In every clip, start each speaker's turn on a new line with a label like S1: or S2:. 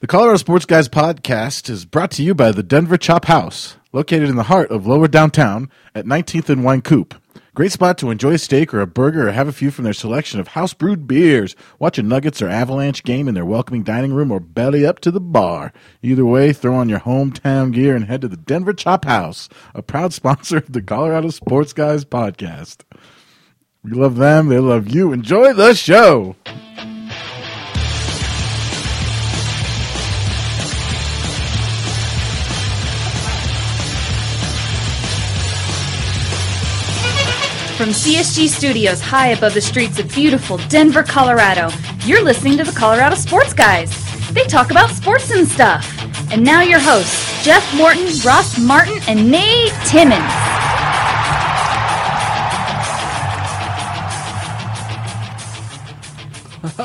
S1: The Colorado Sports Guys podcast is brought to you by the Denver Chop House, located in the heart of lower downtown at 19th and Wancoop. Great spot to enjoy a steak or a burger or have a few from their selection of house brewed beers, watch a Nuggets or Avalanche game in their welcoming dining room, or belly up to the bar. Either way, throw on your hometown gear and head to the Denver Chop House, a proud sponsor of the Colorado Sports Guys podcast. We love them, they love you. Enjoy the show.
S2: From CSG Studios, high above the streets of beautiful Denver, Colorado, you're listening to the Colorado Sports Guys. They talk about sports and stuff. And now your hosts, Jeff Morton, Ross Martin, and Nate Timmons.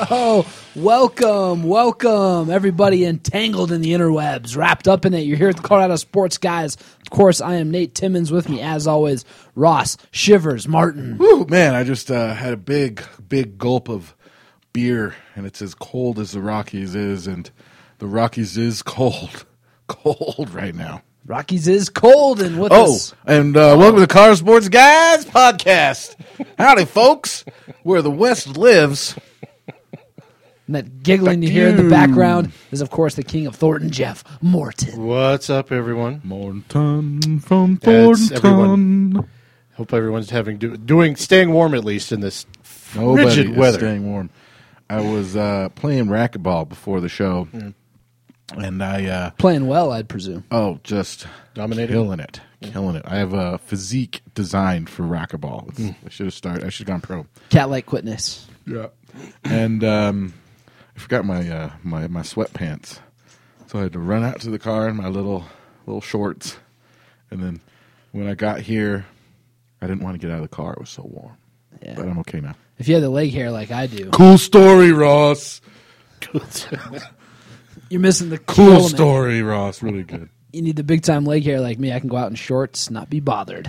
S3: Oh, welcome, welcome, everybody entangled in the interwebs, wrapped up in it. You're here at the Colorado Sports Guys. Of course, I am Nate Timmons with me, as always, Ross, Shivers, Martin.
S1: Whew, man, I just uh, had a big, big gulp of beer, and it's as cold as the Rockies is, and the Rockies is cold, cold right now.
S3: Rockies is cold and with
S1: Oh,
S3: us.
S1: and uh, welcome to Car Sports Guys podcast. Howdy, folks, where the West lives.
S3: And that giggling you hear in the background is, of course, the king of Thornton, Jeff Morton.
S4: What's up, everyone?
S1: Morton from
S4: Yeah, it's everyone. Hope everyone's having do, doing staying warm at least in this
S1: Nobody
S4: frigid
S1: is
S4: weather.
S1: staying warm. I was uh, playing racquetball before the show,
S4: Mm.
S1: and I uh,
S3: Playing well, I'd presume.
S1: Oh, just
S4: Dominating.
S1: killing it, killing it. I have a physique designed for racquetball. It's- I should have started. I should have gone
S3: Cat like quickness.
S1: pro. Yeah, and um, I forgot my uh, my my sweatpants, so I had to run out to the car in my little little shorts, and then when I got here, I didn't want to get out of the car. It was so warm,
S3: Yeah.
S1: but I'm okay now.
S3: If you had the leg hair like I do,
S1: Cool story, Ross.
S3: you're missing the key
S1: Cool
S3: element.
S1: story, Ross. Really good.
S3: You need the big time leg hair like me. I can go out in shorts, not be bothered.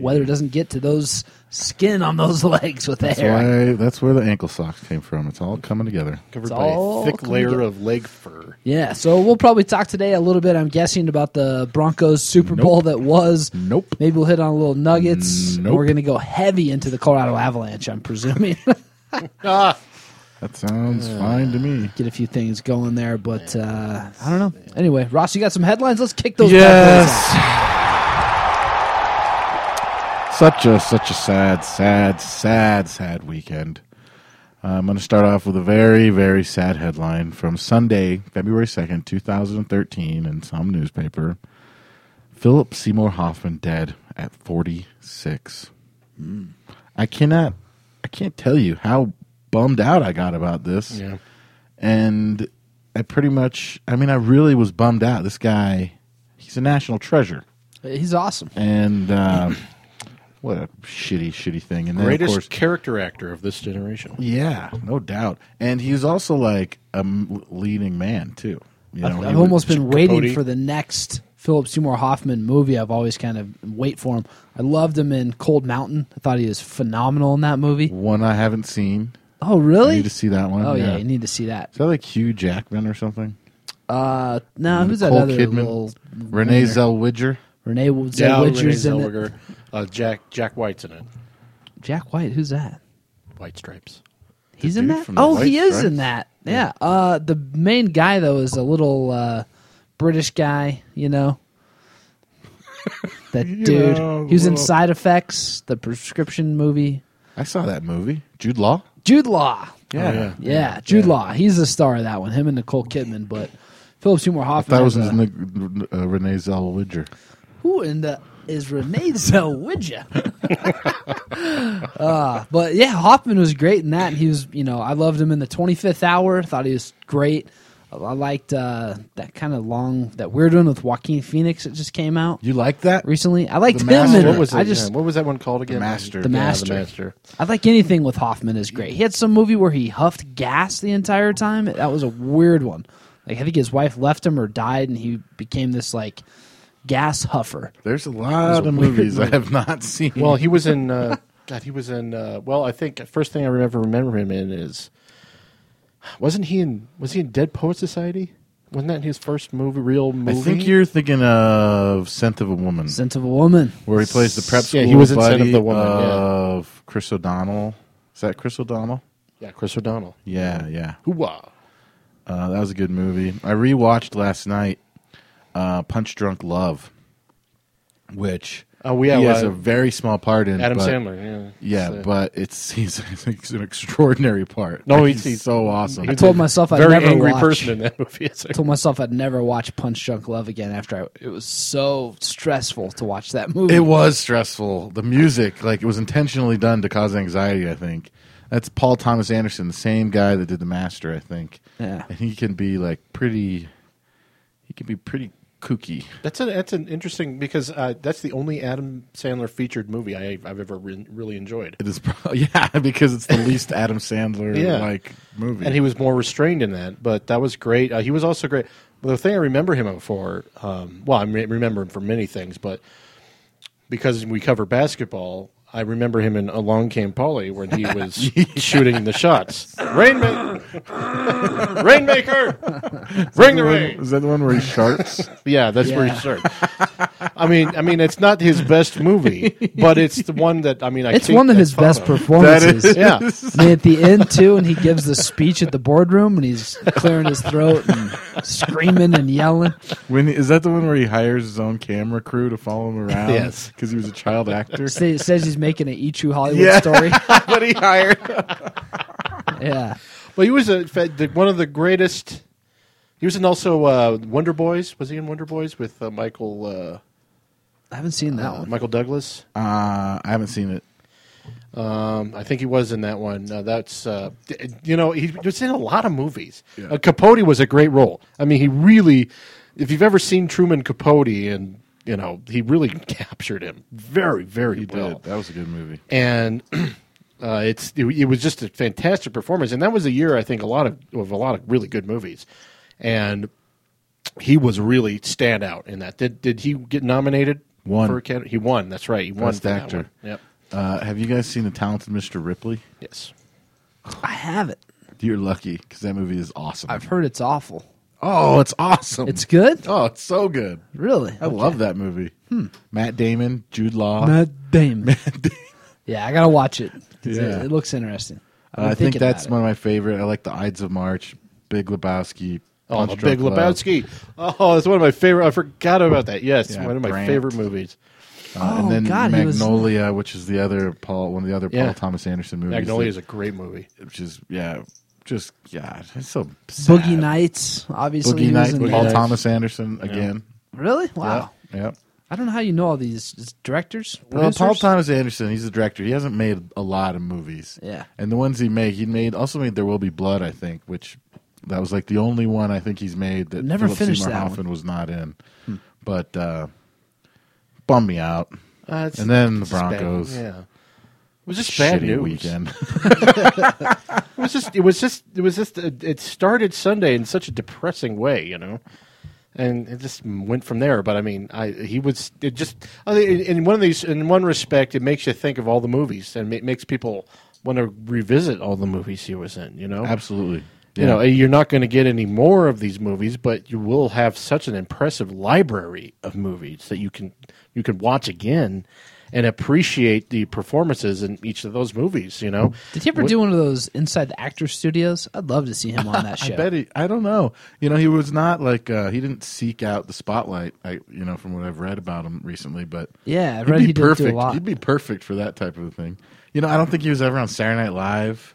S3: Weather doesn't get to those skin on those legs with the
S1: That's
S3: hair.
S1: why. That's where the ankle socks came from. It's all coming together.
S4: covered
S3: It's
S4: by a
S3: all
S4: thick
S3: coming
S4: layer
S3: together.
S4: of leg fur.
S3: Yeah, so we'll probably talk today a little bit, I'm guessing, about the Broncos Super
S1: Nope.
S3: Bowl that was.
S1: Nope.
S3: Maybe we'll hit on a little Nuggets.
S1: Mm, Nope.
S3: We're going to go heavy into the Colorado Avalanche, I'm presuming.
S4: Ah,
S1: That sounds fine to me.
S3: Get a few things going there, but uh, I don't know. Anyway, Ross, you got some headlines? Let's kick those bad boys off.
S1: Yes. Such a such a sad, sad, sad, sad weekend. Uh, I'm going to start off with a very, very sad headline from Sunday, February 2nd, 2013, in some newspaper. Philip Seymour Hoffman dead at 46.
S3: Hmm.
S1: I cannot, I can't tell you how bummed out I got about this
S4: yeah.
S1: and I pretty much I mean I really was bummed out. This guy, he's a national treasure,
S3: He's awesome.
S1: and um, what a shitty, shitty thing. And then
S4: Greatest
S1: of course,
S4: character actor of this generation.
S1: yeah, no doubt. And he's also like a m- leading man too. You know,
S3: I've,
S1: he
S3: I've
S1: was-
S3: almost been waiting
S4: Capote.
S3: for the next Philip Seymour Hoffman movie. I've always kind of wait for him. I loved him in Cold Mountain. I thought he was phenomenal in that movie.
S1: one I haven't seen.
S3: Oh,
S1: I
S3: really?
S1: need to see that one.
S3: oh yeah. you need to see that.
S1: Is that like Hugh Jackman or something?
S3: Uh, no, who's that
S1: Nicole
S3: other
S1: Kidman?
S3: little
S1: Renee
S3: winner?
S1: Zellweger.
S3: Renee
S4: Yeah, Renee
S3: Zellweger's in it.
S4: Zellweger. Uh, Jack Jack White's in it.
S3: Jack White, who's that?
S4: White Stripes.
S3: He's in
S1: dude
S3: that.
S1: from the
S3: Oh,
S1: White
S3: he is
S1: Stripes?
S3: in that. Yeah. Uh, the main guy though is a little uh, British guy. You know. That dude.
S1: know,
S3: he was in
S1: little-
S3: Side Effects, the prescription movie.
S1: I saw that movie. Jude Law.
S3: Jude Law.
S1: Oh, Yeah.
S3: Yeah, Jude Law. He's the star of that one. Him and Nicole Kidman. But Philip Seymour Hoffman.
S1: That was
S3: has a-
S1: in the, uh, Renee Zellweger.
S3: Who in the is Renee Zellweger? uh, but yeah, Hoffman was great in that. And he was, you know, I loved him in the 25th hour. Thought he was great. I I liked uh, that kind of long, that weird one with Joaquin Phoenix that just came out
S1: You like that?
S3: recently. I liked
S1: The
S3: him.
S1: Master.
S3: In
S1: Yeah.
S4: What
S3: it.
S4: was it?
S3: I just,
S4: Yeah, what was that one called again?
S1: Master.
S3: The
S4: Yeah,
S3: Master.
S4: the Master.
S3: I like anything with Hoffman is great. He had some movie where he huffed gas the entire time. That was a weird one. Like I think his wife left him or died, and he became this like gas huffer.
S1: There's a lot of movies I have not seen.
S4: Well, he was in. Uh, God, he was in. Uh, well, I think the first thing I remember remember him in is. Wasn't he in? Was he in Dead Poet Society? Wasn't that his first movie, real
S1: I
S4: movie?
S1: think you're thinking of Scent of a Woman,
S3: Scent of a Woman.
S1: where he plays the prep school
S4: Yeah, he was in Scent
S1: buddy
S4: of the Woman, yeah.
S1: of Chris O'Donnell. Is that Chris O'Donnell?
S4: Yeah, Chris O'Donnell.
S1: Yeah, yeah.
S4: Hooah.
S1: Uh, that was a good movie. I rewatched last night uh, Punch Drunk Love, which
S4: Oh, yeah,
S1: he
S4: well,
S1: has a very small part in.
S4: Adam
S1: but-
S4: Sandler. Yeah.
S1: Yeah,
S4: So-
S1: but it's he's, it's an extraordinary part.
S4: No,
S1: Like,
S4: he's- he's-
S1: so awesome.
S3: I told myself I'd
S4: very
S3: never
S4: angry
S3: watch.
S4: person in that movie. It's like,
S3: told myself I'd never watch Punch Drunk Love again after I, it was so stressful to watch that movie.
S1: It was stressful. The music, like it was intentionally done to cause anxiety. I think that's Paul Thomas Anderson, the same guy that did The Master. I think.
S3: Yeah.
S1: And he can be like pretty. He can be pretty kooky.
S4: that's an that's an interesting because uh, that's the only Adam Sandler featured movie I, I've ever re- really enjoyed,
S1: It is, pro- yeah, because it's the least Adam Sandler
S4: Yeah.
S1: like movie.
S4: and he was more restrained in that. But that was great. Uh, he was also great. The thing I remember him for, um, well, I re- remember him for many things, but because we cover basketball, I remember him in Along Came Polly when he was shooting the shots. Rainmaker, Rainmaker, bring the rain.
S1: is that the one where he sharts?
S4: Yeah, that's where he
S3: Yeah.
S4: started. I mean, I mean, it's not his best movie, but it's the one that I mean, I
S3: it's
S4: think
S3: one of
S4: that's
S3: his best
S4: thought of.
S3: performances.
S1: That is-
S4: Yeah,
S3: I mean, at the end too, and he gives the speech at the boardroom, and he's clearing his throat and screaming and yelling.
S1: when is that the one where he hires his own camera crew to follow him around?
S4: Yes.
S1: because he was a child actor.
S3: Say, says he's making an Ichu Hollywood
S1: Yeah.
S3: story.
S1: but he hired.
S3: Yeah,
S4: well, he was a, the- one of the greatest. He was in also uh, Wonder Boys. Was he in Wonder Boys with uh, Michael uh,
S3: I haven't seen that
S4: uh,
S3: one.
S4: Michael Douglas?
S1: Uh, I haven't seen it.
S4: Um, I think he was in that one. Uh, that's uh, d- you know he was in a lot of movies.
S1: Yeah.
S4: Uh, Capote was a great role. I mean, he really, if you've ever seen Truman Capote, and you know he really captured him very, very
S1: He
S4: well.
S1: did. That was a good movie.
S4: and uh, it's it, it was just a fantastic performance. And that was a year I think a lot of of a lot of really good movies, and he was really standout in that. Did did he get nominated?
S1: Won.
S4: for Academy? he won. That's right. He won
S1: Best
S4: for that
S1: actor.
S4: one. Yep.
S1: Uh, have you guys seen the Talented Mr. Ripley?
S4: Yes.
S3: I haven't.
S1: You're lucky because that movie is awesome.
S3: I've heard it's awful.
S1: oh, it's awesome!
S3: It's good,
S1: oh, it's so good.
S3: really.
S1: I love that movie. Matt Damon, Jude Law.
S3: Hmm. Matt Damon. yeah, I gotta watch it. 'cause
S1: Yeah.
S3: It, it looks interesting. I've
S1: Uh,
S3: been
S1: I think
S3: thinking about
S1: that's
S3: it.
S1: one of my favorite. I like the Ides of March, Big Lebowski. uh,
S4: Oh,
S1: Punch
S4: the Big
S1: Drunk Love.
S4: Lebowski. Oh, it's one of my favorite. I forgot about that. Yes,
S1: Yeah,
S4: one of my
S1: Grant.
S4: favorite movies.
S1: Uh,
S3: Oh,
S1: and then
S3: God, he was-
S1: Magnolia, which is the other Paul, one of the other
S4: Yeah.
S1: Paul Thomas Anderson movies.
S4: Magnolia is
S1: that-
S4: a great movie.
S1: which is yeah, just yeah, it's so sad.
S3: Boogie Nights, obviously.
S1: Boogie
S3: he was
S1: Night,
S3: in
S1: Paul
S3: that.
S1: Thomas Anderson again.
S3: Really? Wow.
S1: Yeah. Yep.
S3: I don't know how you know all these Is directors.
S1: Well, Paul
S3: producers?
S1: Thomas Anderson, he's the director. He hasn't made a lot of movies.
S3: Yeah.
S1: And the ones he made, he made also made There Will Be Blood, I think, which that was like the only one I think he's made that
S3: Never
S1: Philip
S3: finished
S1: Seymour
S3: that Hmm.
S1: Hoffman was not in. But uh bummed me out.
S4: Uh, it's-
S1: And then the
S4: it's just bad.
S1: Broncos.
S4: yeah. It was just bad
S1: Shitty
S4: news.
S1: weekend.
S4: It was just. It was just. It was just. It, it started Sunday in such a depressing way, you know, and it just went from there. But I mean, I he was. It just. I think In in one of these, in one respect, it makes you think of all the movies, and it makes people want to revisit all the movies he was in. You know,
S1: Absolutely.
S4: You know, you're not going to get any more of these movies, but you will have such an impressive library of movies that you can you can watch again and appreciate the performances in each of those movies. You know,
S3: Did he ever do one of those inside the actor studios? I'd love to see him on that show.
S1: I bet he. I don't know. You know, he was not like uh, he didn't seek out the spotlight. I, you know, from what I've read about him recently, but
S3: Yeah, I
S1: he'd
S3: read
S1: be
S3: he did do a
S1: perfect.
S3: lot.
S1: He'd be perfect for that type of thing. You know, I don't think he was ever on Saturday Night Live.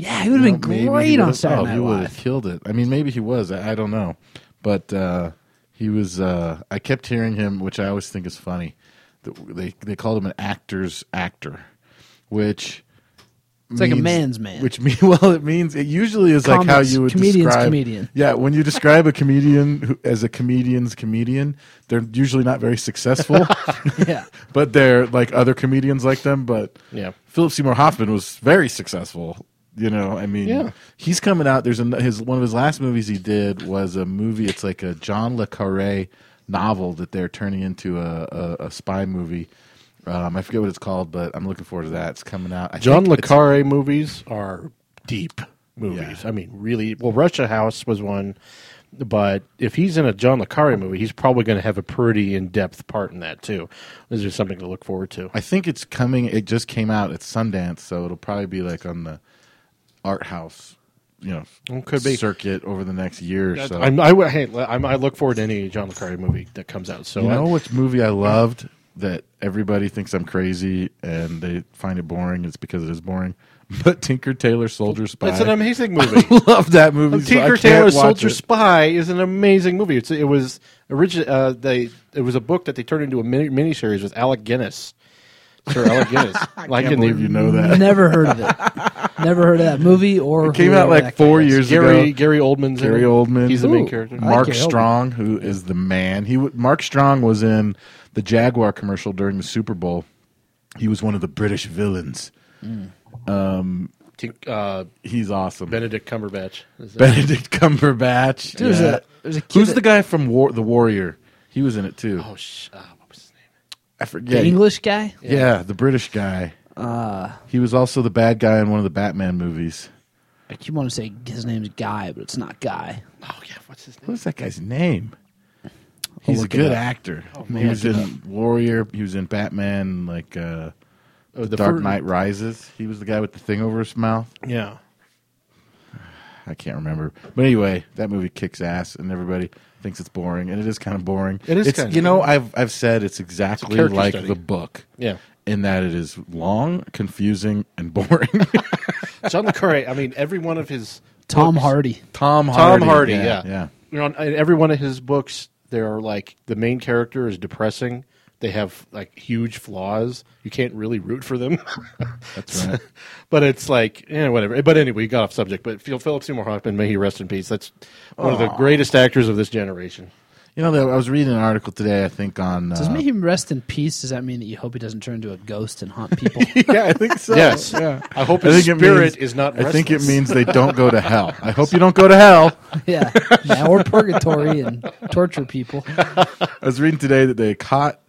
S3: yeah, he would have been great on Saturday Night
S1: He would have
S3: Live.
S1: killed it. I mean, maybe he was. I, I don't know, but uh, he was. Uh, I kept hearing him, which I always think is funny. that They they called him an actor's actor, which.
S3: It's like a man's man.
S1: Which mean well, it means it usually is like how
S3: Comics-
S1: you would
S3: comedian's
S1: describe
S3: comedian.
S1: Yeah, when you describe a comedian who, as a comedian's comedian, they're usually not very successful,
S3: yeah,
S1: but they're like other comedians like them. But
S4: Yeah.
S1: Philip Seymour Hoffman was very successful. You know, I mean,
S4: Yeah.
S1: he's coming out. There's an his one of his last movies he did was a movie. It's like a John le Carre novel that they're turning into a, a, a spy movie. Um, I forget what it's called, but I'm looking forward to that. It's coming out. I
S4: John Le
S1: think it's-
S4: Carre movies are deep movies. I mean, really. Well, Russia House was one. But if he's in a John Le Carre movie, he's probably going to have a pretty in depth part in that too. This is something to look forward to.
S1: I think it's coming. It just came out at Sundance, so it'll probably be like on the art house, you know,
S4: Well, could be.
S1: circuit over the next year or so.
S4: I'm, I, would- hey, I'm, I look forward to any John Le Carre movie that comes out. So
S1: you know
S4: I,
S1: which movie I loved that everybody thinks I'm crazy and they find it boring. It's because it is boring. But Tinker Tailor Soldier Spy.
S4: it's an amazing movie.
S1: Love that movie. so I
S4: Tinker
S1: can't
S4: Tailor
S1: watch
S4: Soldier
S1: it.
S4: Spy is an amazing movie. It's, it was origi- uh, they it was a book that they turned into a mini miniseries with Alec Guinness. Sir Alec Guinness. I
S1: I can't believe you know that.
S3: Never heard of it. Never heard of that movie or
S1: It came out
S3: whoever
S1: like
S3: that guy
S1: four
S3: is.
S1: years
S4: Gary
S1: ago.
S4: Gary Oldman's in
S1: Gary
S4: it.
S1: Oldman.
S4: He's the main
S3: Ooh.
S4: character.
S3: I like
S1: Mark
S3: Gary Oldman.
S1: Strong, who is the man. He w- Mark Strong was in the Jaguar commercial during the Super Bowl. He was one of the British villains.
S4: Tink- uh,
S1: He's awesome.
S4: Benedict Cumberbatch. Is that-
S1: Benedict Cumberbatch.
S3: Dude, there's
S1: Yeah.
S3: a- there's a kid
S1: Who's
S3: that-
S1: the guy from War- the Warrior? He was in it too.
S4: oh, sh- uh, what was his name?
S1: I forget.
S3: The English guy?
S1: Yeah. the British guy.
S3: Uh,
S1: He was also the bad guy in one of the Batman movies.
S3: I keep wanting to say his name's Guy, but it's not Guy.
S4: Oh yeah, what's his name?
S1: What is that guy's name? He's a
S3: look it
S1: good
S3: up.
S1: actor. he was in Warrior. He was in Batman, like uh,
S4: Oh,
S1: The Dark
S4: fir-
S1: Knight Rises. He was the guy with the thing over his mouth.
S4: Yeah.
S1: I can't remember. But anyway, that movie kicks ass, and everybody thinks it's boring, and it is kind of boring.
S4: It is
S1: It's,
S4: kinda
S1: you know,
S4: boring.
S1: I've I've said it's exactly
S4: character
S1: like
S4: study.
S1: the book.
S4: Yeah.
S1: In that it is long, confusing, and boring.
S4: John Le Carre. I mean, every one of his
S3: Tom
S4: books-
S3: Hardy.
S1: Tom
S4: Tom Hardy, yeah.
S1: yeah. yeah.
S4: You know, in every one of his books, there are like the main character is depressing. They have like huge flaws. You can't really root for them.
S1: That's right.
S4: but it's like, eh, whatever. But anyway, we got off subject. But Phil Philip Seymour Hoffman, may he rest in peace. That's one of the greatest actors of this generation.
S1: You know, I was reading an article today. I think on
S3: Does
S1: uh,
S3: make him rest in peace? Does that mean that you hope he doesn't turn into a ghost and haunt people?
S1: yeah, I think so.
S4: Yes.
S1: yeah.
S4: I hope
S1: I
S4: his
S1: think it
S4: spirit
S1: means-
S4: is not.
S1: I think it
S4: restless.
S1: means they don't go to hell. I hope you don't go to hell.
S3: yeah. yeah, or purgatory and torture people.
S1: I was reading today that they caught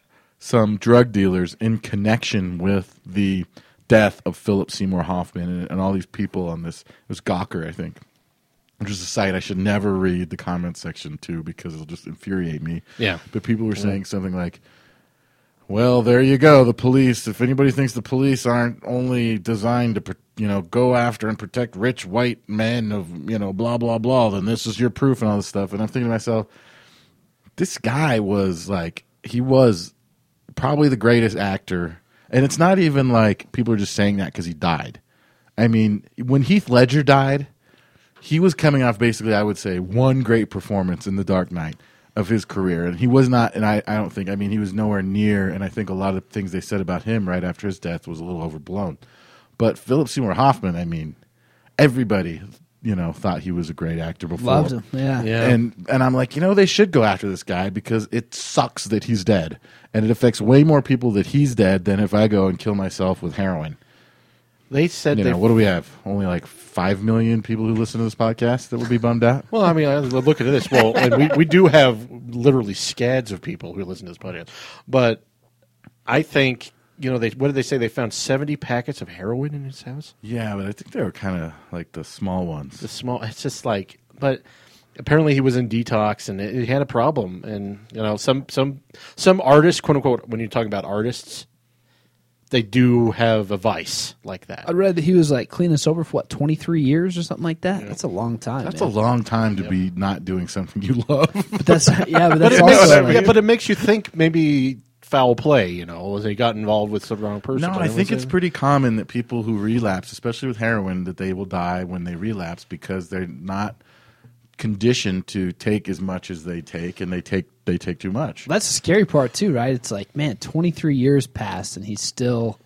S1: some drug dealers in connection with the death of Philip Seymour Hoffman and, and all these people on this. It was Gawker, I think, which is a site I should never read the comment section to because it'll just infuriate me.
S4: Yeah.
S1: But people were saying something like, well, there you go. The police. If anybody thinks the police aren't only designed to, pr- you know, go after and protect rich white men of, you know, blah blah blah, then this is your proof and all this stuff. And I'm thinking to myself, this guy was like, he was probably the greatest actor, and it's not even like people are just saying that because he died. I mean, when Heath Ledger died, he was coming off basically, I would say, one great performance in The Dark Knight of his career. And he was not, and I, I don't think, I mean, he was nowhere near. And I think a lot of things they said about him right after his death was a little overblown. But Philip Seymour Hoffman, I mean, everybody, you know, thought he was a great actor before.
S3: Loved him. Yeah.
S4: Yeah.
S1: And and I'm like, you know, they should go after this guy because it sucks that he's dead, and it affects way more people that he's dead than if I go and kill myself with heroin.
S4: They said
S1: You
S4: they.
S1: know, what do we have? Only like five million people who listen to this podcast that would be bummed out.
S4: well, I mean, I- look at this. Well, and we, we do have literally scads of people who listen to this podcast. But I think, you know, they what did they say? They found 70 packets of heroin in his house?
S1: Yeah, but I think they were kind of like the small
S4: the
S1: ones.
S4: small it's just like but apparently he was in detox and it, it had a problem and you know some some some artists quote unquote when you're talking about artists they do have a vice like that
S3: I read that he was like clean and sober for what, 23 years or something like that? That's a long time.
S1: That's a
S3: man.
S1: long time to be not doing something you love.
S3: But that's, yeah, but that's
S4: it
S3: also.
S4: makes,
S3: like-
S4: yeah, but it makes you think maybe foul play you know was he got involved with the wrong person
S1: No,
S4: but
S1: I
S4: was
S1: think
S4: a-
S1: it's pretty common that people who relapse, especially with heroin, that they will die when they relapse because they're not conditioned to take as much as they take, and they take they take too much.
S3: That's the scary part too, right? It's like, man, 23 years passed and he still,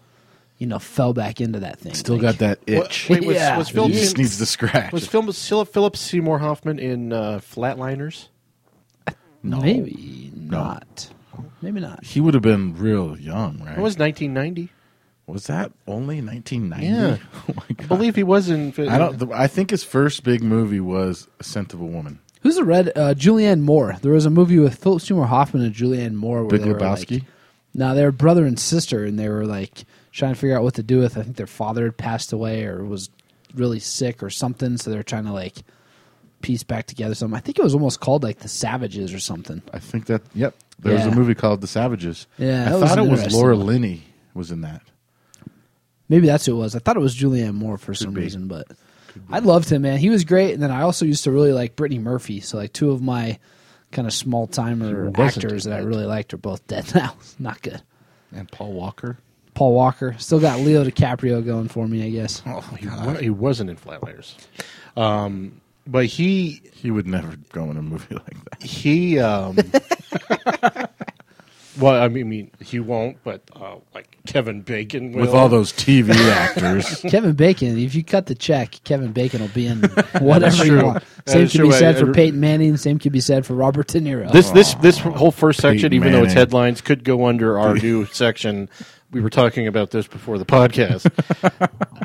S3: you know, fell back into that thing.
S1: Still
S3: Like,
S1: got that
S4: What-
S1: itch.
S4: wait, was,
S3: Yeah.
S4: was Phil
S1: he just needs to scratch.
S4: was Phil- was Phil- Philip Seymour Hoffman in uh, Flatliners?
S3: Maybe not. Maybe not.
S1: he would have been real young, right?
S4: It was 1990.
S1: Was that only 1990?
S4: Yeah.
S1: oh my
S4: I
S1: god.
S4: believe he was in.
S1: I don't. The, I think his first big movie was *A Scent of a Woman*.
S3: Who's the red? Uh, Julianne Moore. There was a movie with Philip Seymour Hoffman and Julianne Moore. Where
S1: Big
S3: they were,
S1: Lebowski?
S3: Like, no, they were brother and sister, and they were like trying to figure out what to do with. I think their father had passed away or was really sick or something, so they're trying to like piece back together. Something I think it was almost called like the Savages or something.
S1: I think that. Yep, there was
S3: Yeah.
S1: a movie called The Savages.
S3: Yeah,
S1: I
S3: that was
S1: thought it was
S3: interesting.
S1: Laura Linney was in that.
S3: Maybe that's who it was. I thought it was Julianne Moore for some
S1: be.
S3: reason, but I loved him, man. He was great. And then I also used to really like Brittany Murphy. So like two of my kind of small timer
S4: wasn't
S3: actors that I
S4: dead.
S3: really liked are both dead now. Not good.
S1: And Paul Walker.
S3: Paul Walker still got Leo DiCaprio going for me, I guess.
S1: Oh,
S4: He, wa- he wasn't in Flatliners, um, but he
S1: he would never go in a movie like that.
S4: he. Um, well, I mean, I mean, he won't. But uh, like Kevin Bacon will.
S1: With all those TV actors.
S3: Kevin Bacon. If you cut the check, Kevin Bacon will be in whatever you
S4: true.
S3: want.
S4: That
S3: Same
S4: is
S3: could
S4: true.
S3: be said
S4: I-
S3: for
S4: I-
S3: Peyton Manning. Same could be said for Robert De Niro.
S4: This this this whole first section,
S1: Peyton
S4: even though it's
S1: Oh. Manning.
S4: headlines, could go under our new section. We were talking about this before the podcast,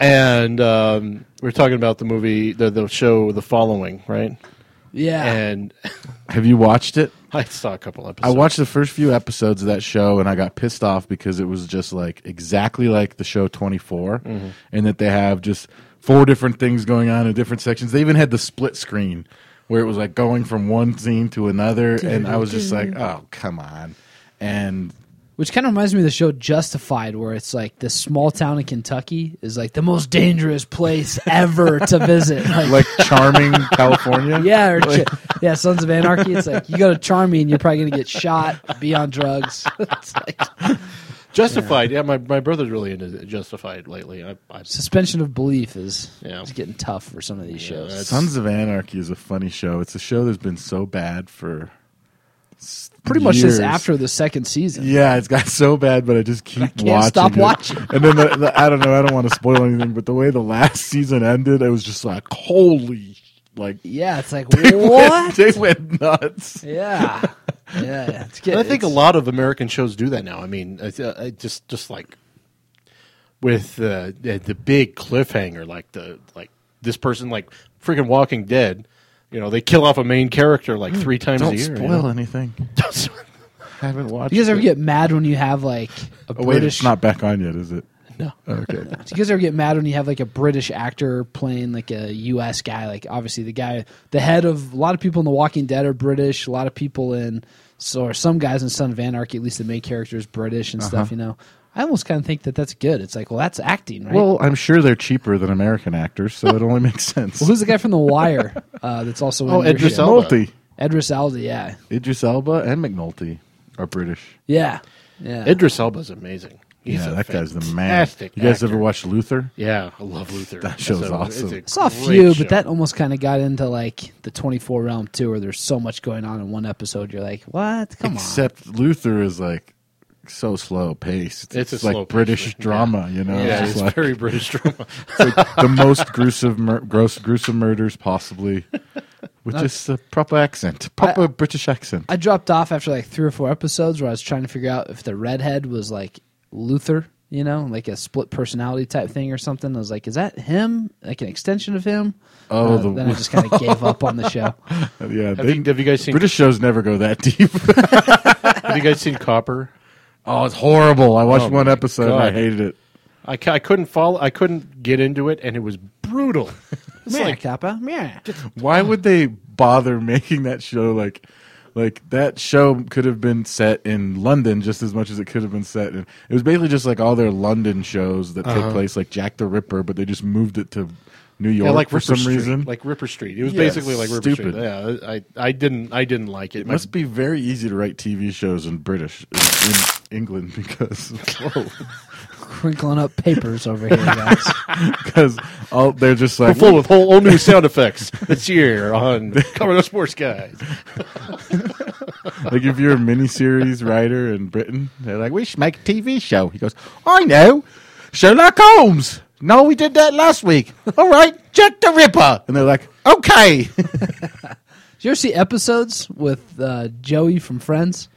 S4: and um, we were talking about the movie, the the show, the following, right?
S3: yeah,
S4: And
S1: Have you watched it?
S4: I saw a couple
S1: I
S4: episodes.
S1: watched the first few episodes of that show and I got pissed off because it was just like exactly like the show 24 and that they have just four different things going on in different sections. They even had the split screen where it was like going from one scene to another and I was just like, "Oh, come on." And
S3: which kind of reminds me of the show Justified, where it's like this small town in Kentucky is like the most dangerous place ever to visit. Like,
S1: like charming California.
S3: yeah, or chi- yeah, Sons of Anarchy. It's like you go to Charmy and you're probably gonna get shot, be on drugs. it's like
S4: Justified. Yeah, my, my brother's really into Justified lately. I, I
S3: suspension of belief is
S4: Yeah.
S3: it's getting tough for some of these shows.
S4: that's-
S1: Sons of Anarchy is a funny show. It's a show that's been so bad for s-
S3: Pretty much
S1: years.
S3: since after the second season.
S1: Yeah, it's got so bad, but I just keep
S3: can't
S1: watching.
S3: stop
S1: it.
S3: watching.
S1: And then the, the, I don't know. I don't want to spoil anything, but the way the last season ended, I was just like, holy, sh- like
S3: Yeah, it's like what?
S1: they went nuts.
S3: Yeah, yeah. yeah. It's good.
S4: And I think a
S3: It's-
S4: lot of American shows do that now. I mean, I, th- I just just like with uh, the the big cliffhanger, like the like this person like freaking Walking Dead. You know, they kill off a main character like three times a
S1: Mm, Don't
S4: year.
S1: spoil
S4: you know?
S1: anything. I haven't watched.
S3: Do you guys ever
S1: it.
S3: get mad when you have like a
S1: Oh, wait,
S3: British?
S1: it's not back on yet, is it?
S4: No.
S1: Okay.
S3: Do you guys ever get mad when you have like a British actor playing like a U.S. guy? Like obviously the guy, the head of a lot of people in The Walking Dead are British. A lot of people in, so or some guys in Son of Anarchy, at least the main character is British and stuff. You know, I almost kind of think that that's good. It's like, well, that's acting, right?
S1: Well, I'm sure they're cheaper than American actors, so it only makes sense.
S3: Well, who's the guy from The Wire uh, that's also
S4: Oh,
S3: in your
S4: Idris
S3: show?
S4: Elba.
S1: McNulty,
S3: Idris Elba, yeah,
S1: Idris Elba, and McNulty are British.
S3: yeah, yeah.
S4: Idris Elba's amazing. He's
S1: yeah,
S4: a
S1: that guy's the man.
S4: fantastic
S1: You guys
S4: actor.
S1: ever watch Luther?
S4: Yeah, I love Luther.
S1: That show's
S4: It's a-
S1: awesome.
S4: it's a
S1: I
S3: I saw a
S4: great
S3: few,
S4: show.
S3: but that almost kind of got into like the 24 realm too, where there's so much going on in one episode. You're like, what? Come
S1: Except Luther is like so slow paced.
S4: It's a
S1: like
S4: slow-paced
S1: British
S4: thing, yeah.
S1: drama, you know.
S4: yeah,
S1: it's
S4: it's
S1: just like,
S4: very British drama.
S1: it's like the most gruesome, mur- gross, gruesome murders possibly, with just a proper accent, proper British accent.
S3: on. I dropped off after like three or four episodes where I was trying to figure out if the redhead was like Luther, you know, like a split personality type thing or something. I was like, is that him? Like an extension of him?
S1: Oh,
S3: Uh,
S1: the-
S3: then I just kind of gave up on the show.
S1: yeah,
S4: Have
S1: they-
S4: you, have you guys seen?
S1: British shows never go that deep.
S4: Have you guys seen Copper?
S1: oh, it's horrible. I watched
S4: Oh
S1: one
S4: my
S1: episode and I
S4: God.
S1: hated it.
S4: I, ca- I couldn't follow. I couldn't get into it, and it was brutal.
S3: It's like Kappa. meh.
S1: Why would they bother making that show like like that show could have been set in London just as much as it could have been set in it was basically just like all their London shows that take place like Jack the Ripper, but they just moved it to New York
S4: Uh-huh. Yeah, like
S1: for
S4: Ripper
S1: some
S4: Street.
S1: reason.
S4: Like Ripper Street. It was
S1: Yeah,
S4: basically like Ripper
S1: stupid.
S4: Street. Yeah, I, I didn't I didn't like it.
S1: it
S4: My-
S1: must be very easy to write TV shows in British in, in England because whoa,
S3: Crinkling up papers over here, guys.
S1: because all they're just
S4: We're
S1: like
S4: full of whole, all new sound effects this year on Cover the Sports Guys.
S1: like if you're a miniseries writer in Britain, they're like, we should make a TV show. He goes, I know, Sherlock Holmes. No, we did that last week. All right, Jack the Ripper. And they're like, okay.
S3: Did you ever see episodes with uh, Joey from Friends?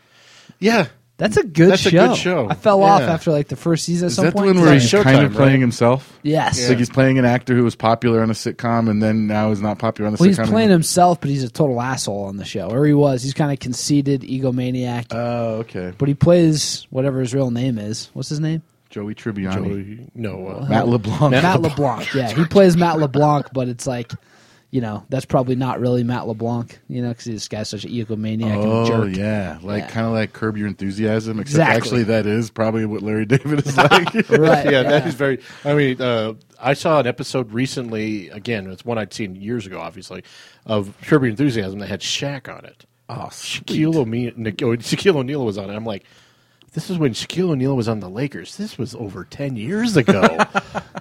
S4: Yeah.
S3: That's a good
S4: That's a
S3: show.
S4: good show.
S3: I fell off
S4: Yeah.
S3: after like the first season. At
S1: Is
S3: some
S1: that the
S3: point,
S1: one where
S3: It's
S1: he's
S3: like-
S4: Showtime,
S1: kind of playing
S4: right?
S1: himself?
S3: yes,
S1: It's Like he's playing an actor who was popular on a sitcom and then now is not popular on the
S3: well,
S1: sitcom.
S3: he's playing himself, but he's a total asshole on the show, or he was. He's kind of conceited, egomaniac,
S1: Oh, okay.
S3: but he plays whatever his real name is. What's his name?
S1: Joey Tribbiani.
S4: No. Uh,
S3: Uh-huh.
S1: Matt LeBlanc.
S3: Matt LeBlanc. Yeah, he plays Matt LeBlanc, but it's like you know, that's probably not really Matt LeBlanc, you know, because this guy's such an egomaniac and a
S1: Oh
S3: jerk.
S1: yeah, like
S3: Yeah.
S1: kind of like curb your enthusiasm. Except
S3: Exactly.
S1: actually, that is probably what Larry David is like.
S3: Right,
S4: yeah, that
S3: yeah.
S4: is very. I mean, uh, I saw an episode recently. Again, it's one I'd seen years ago, obviously, of Curb Your Enthusiasm that had Shaq on it.
S1: oh,
S4: Shaquille O'Neal, Shaquille O'Neal was on it. I'm like, this is when Shaquille O'Neal was on the Lakers. This was over ten years ago.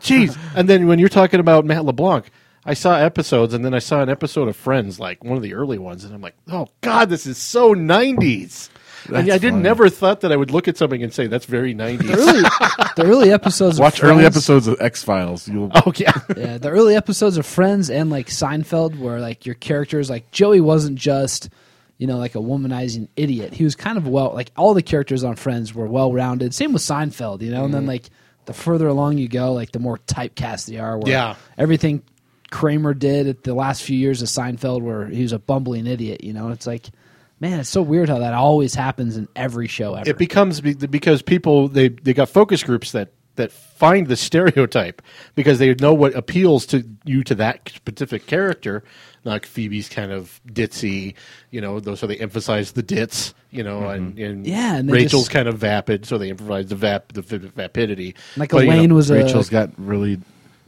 S4: Jeez. And then when you're talking about Matt LeBlanc, I saw episodes, and then I saw an episode of Friends, like one of the early ones, and I'm like, oh god, this is so '90s. and
S1: That's
S4: I didn't
S1: funny.
S4: never thought that I would look at something and say that's very '90s.
S3: Early, the early episodes.
S1: Watch
S3: of
S1: early
S3: Friends-
S1: episodes of X Files. You'll
S4: oh yeah.
S3: Yeah, the early episodes of Friends and like Seinfeld, where like your characters, like Joey wasn't just, you know, like a womanizing idiot. He was kind of well, like all the characters on Friends were well rounded. Same with Seinfeld, you know. And then
S4: Mm-hmm.
S3: like the further along you go, like the more typecast they are. Where
S4: Yeah.
S3: everything Kramer did at the last few years of Seinfeld, where he was a bumbling idiot, you know. It's like, man, it's so weird how that always happens in every show ever.
S4: it becomes be- because people they they got focus groups that that find the stereotype because they know what appeals to you to that specific character like phoebe's kind of ditzy you know those so they emphasize the dits you know and, and
S3: Yeah, and they
S4: rachel's
S3: just-
S4: kind of vapid so they emphasize the vap the v- vapidity
S3: like
S4: But, you know,
S3: Elaine was uh, a
S1: Rachel's got really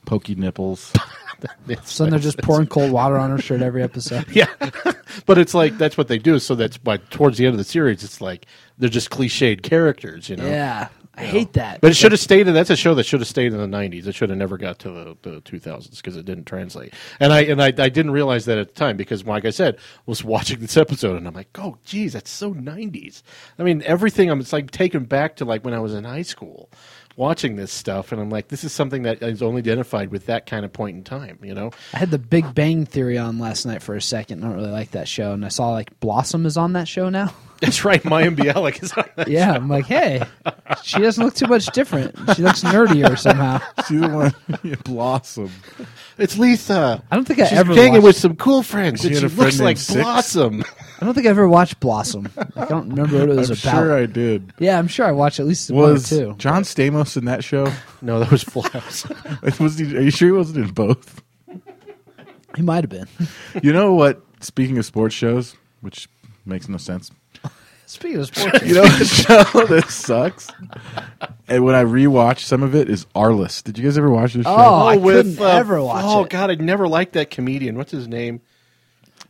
S1: pokey nipples.
S4: it's-
S3: So then they're just pouring cold water on her shirt every episode.
S4: yeah but it's like that's what they do so that's why towards the end of the series it's like they're just cliched characters you know
S3: Yeah. I hate that.
S4: But it should have stayed. That's a show that should have stayed in the '90s. It should have never got to the, the 2000s because it didn't translate. And I and I, I didn't realize that at the time because, like I said, was watching this episode and I'm like, oh, geez, that's so '90s. I mean, everything. I'm it's like taken back to like when I was in high school, watching this stuff, and I'm like, this is something that is only identified with that kind of point in time. You know,
S3: I had the Big Bang Theory on last night for a second. I don't really like that show, and I saw like Blossom is on that show now.
S4: that's right. My Bialik is on that.
S3: Yeah, I'm like, hey, she doesn't look too much different. She looks nerdier somehow.
S1: She's the one blossom.
S4: It's Lisa.
S3: I don't think I
S4: She's
S3: ever
S4: hanging
S3: watched-
S4: with some cool friends.
S1: She
S4: and
S1: had
S4: she
S1: a friend
S4: looks
S1: named
S4: like
S1: Six.
S4: Blossom.
S3: I don't think I ever watched Blossom. Like, I don't remember what it was
S1: I'm
S3: about.
S1: sure I did.
S3: yeah, I'm sure I watched at least one or
S1: Was
S3: two.
S1: John Stamos in that show?
S4: No, that was Flaps.
S1: was he, are you sure he wasn't in both?
S3: He might have been.
S1: You know what? Speaking of sports shows, which makes no sense.
S3: Speaking of sports,
S1: You know a show that sucks? And when I rewatch some of it is Arliss. Did you guys ever watch this show?
S3: Oh, I couldn't ever watch
S4: oh
S3: it.
S4: god, I never liked that comedian. What's his name?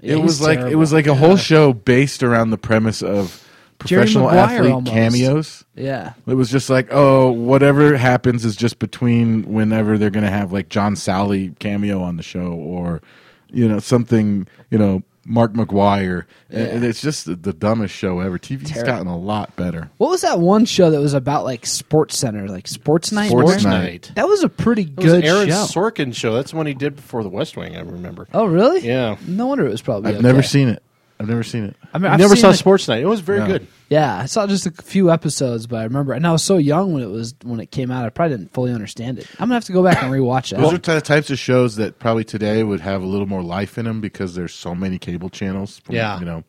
S1: it was like it was like a whole show based around the premise of
S3: Jerry
S1: professional
S3: Maguire
S1: athlete
S3: almost.
S1: cameos.
S3: yeah.
S1: It was just like, oh, whatever happens is just between whenever they're going to have like John Sally cameo on the show or, you know, something, you know, Mark McGuire. And, and it's just the, the dumbest show ever. TV's gotten a lot better.
S3: What was that one show that was about like Sports Center, like Sports Night?
S1: Sports
S3: Wasn't it?
S1: Night.
S3: That was a pretty
S4: It was
S3: good
S4: Aaron
S3: show.
S4: Sorkin show. That's the one he did before The West Wing. I remember.
S3: oh, really?
S4: Yeah.
S3: No wonder it was probably.
S1: I've never
S3: okay.
S1: seen it. I've never seen it.
S3: I mean,
S4: I
S3: I've
S4: never
S3: seen,
S4: saw
S3: like,
S4: Sports Night. It was very
S1: No.
S4: good.
S3: Yeah, I saw just a few episodes, but I remember, and I was so young when it was when it came out. I probably didn't fully understand it. I'm gonna have to go back and rewatch that.
S1: Those are the types of shows that probably today would have a little more life in them because there's so many cable channels.
S4: Yeah.
S1: You know,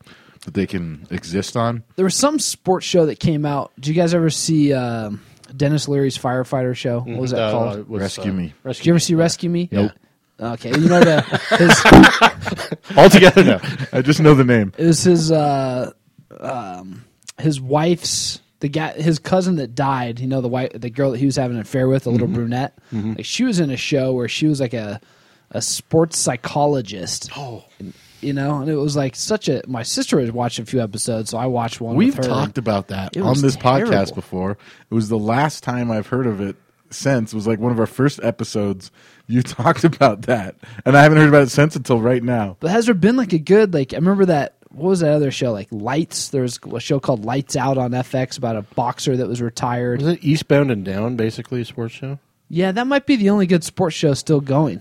S1: that they can exist on.
S3: there was some sports show that came out. Did you guys ever see um, Dennis Leary's firefighter show? What was that
S4: Uh,
S3: called?
S4: it was,
S1: Rescue Me.
S4: Rescue
S3: Did you ever
S4: Me.
S3: see Rescue Me?
S1: Nope.
S3: Okay, you know the his,
S1: Altogether, no. I just know the name.
S3: it was his uh, um, his wife's the guy his cousin that died. You know the wife, the girl that he was having an affair with, a little
S1: Mm-hmm.
S3: brunette. Like she was in a show where she was like a a sports psychologist.
S4: Oh,
S3: you know, and it was like such a. My sister had watched a few episodes, so I watched one.
S1: We've
S3: with her.
S1: talked about that
S3: It
S1: on
S3: was
S1: this podcast
S3: terrible.
S1: before. It was the last time I've heard of it since. It was like one of our first episodes. You talked about that, and I haven't heard about it since until right now.
S3: But has there been like a good like? I remember that. What was that other show? Like Lights. There was a show called Lights Out on FX about a boxer that was retired.
S4: was it Eastbound and Down? Basically, a sports show.
S3: Yeah, that might be the only good sports show still going.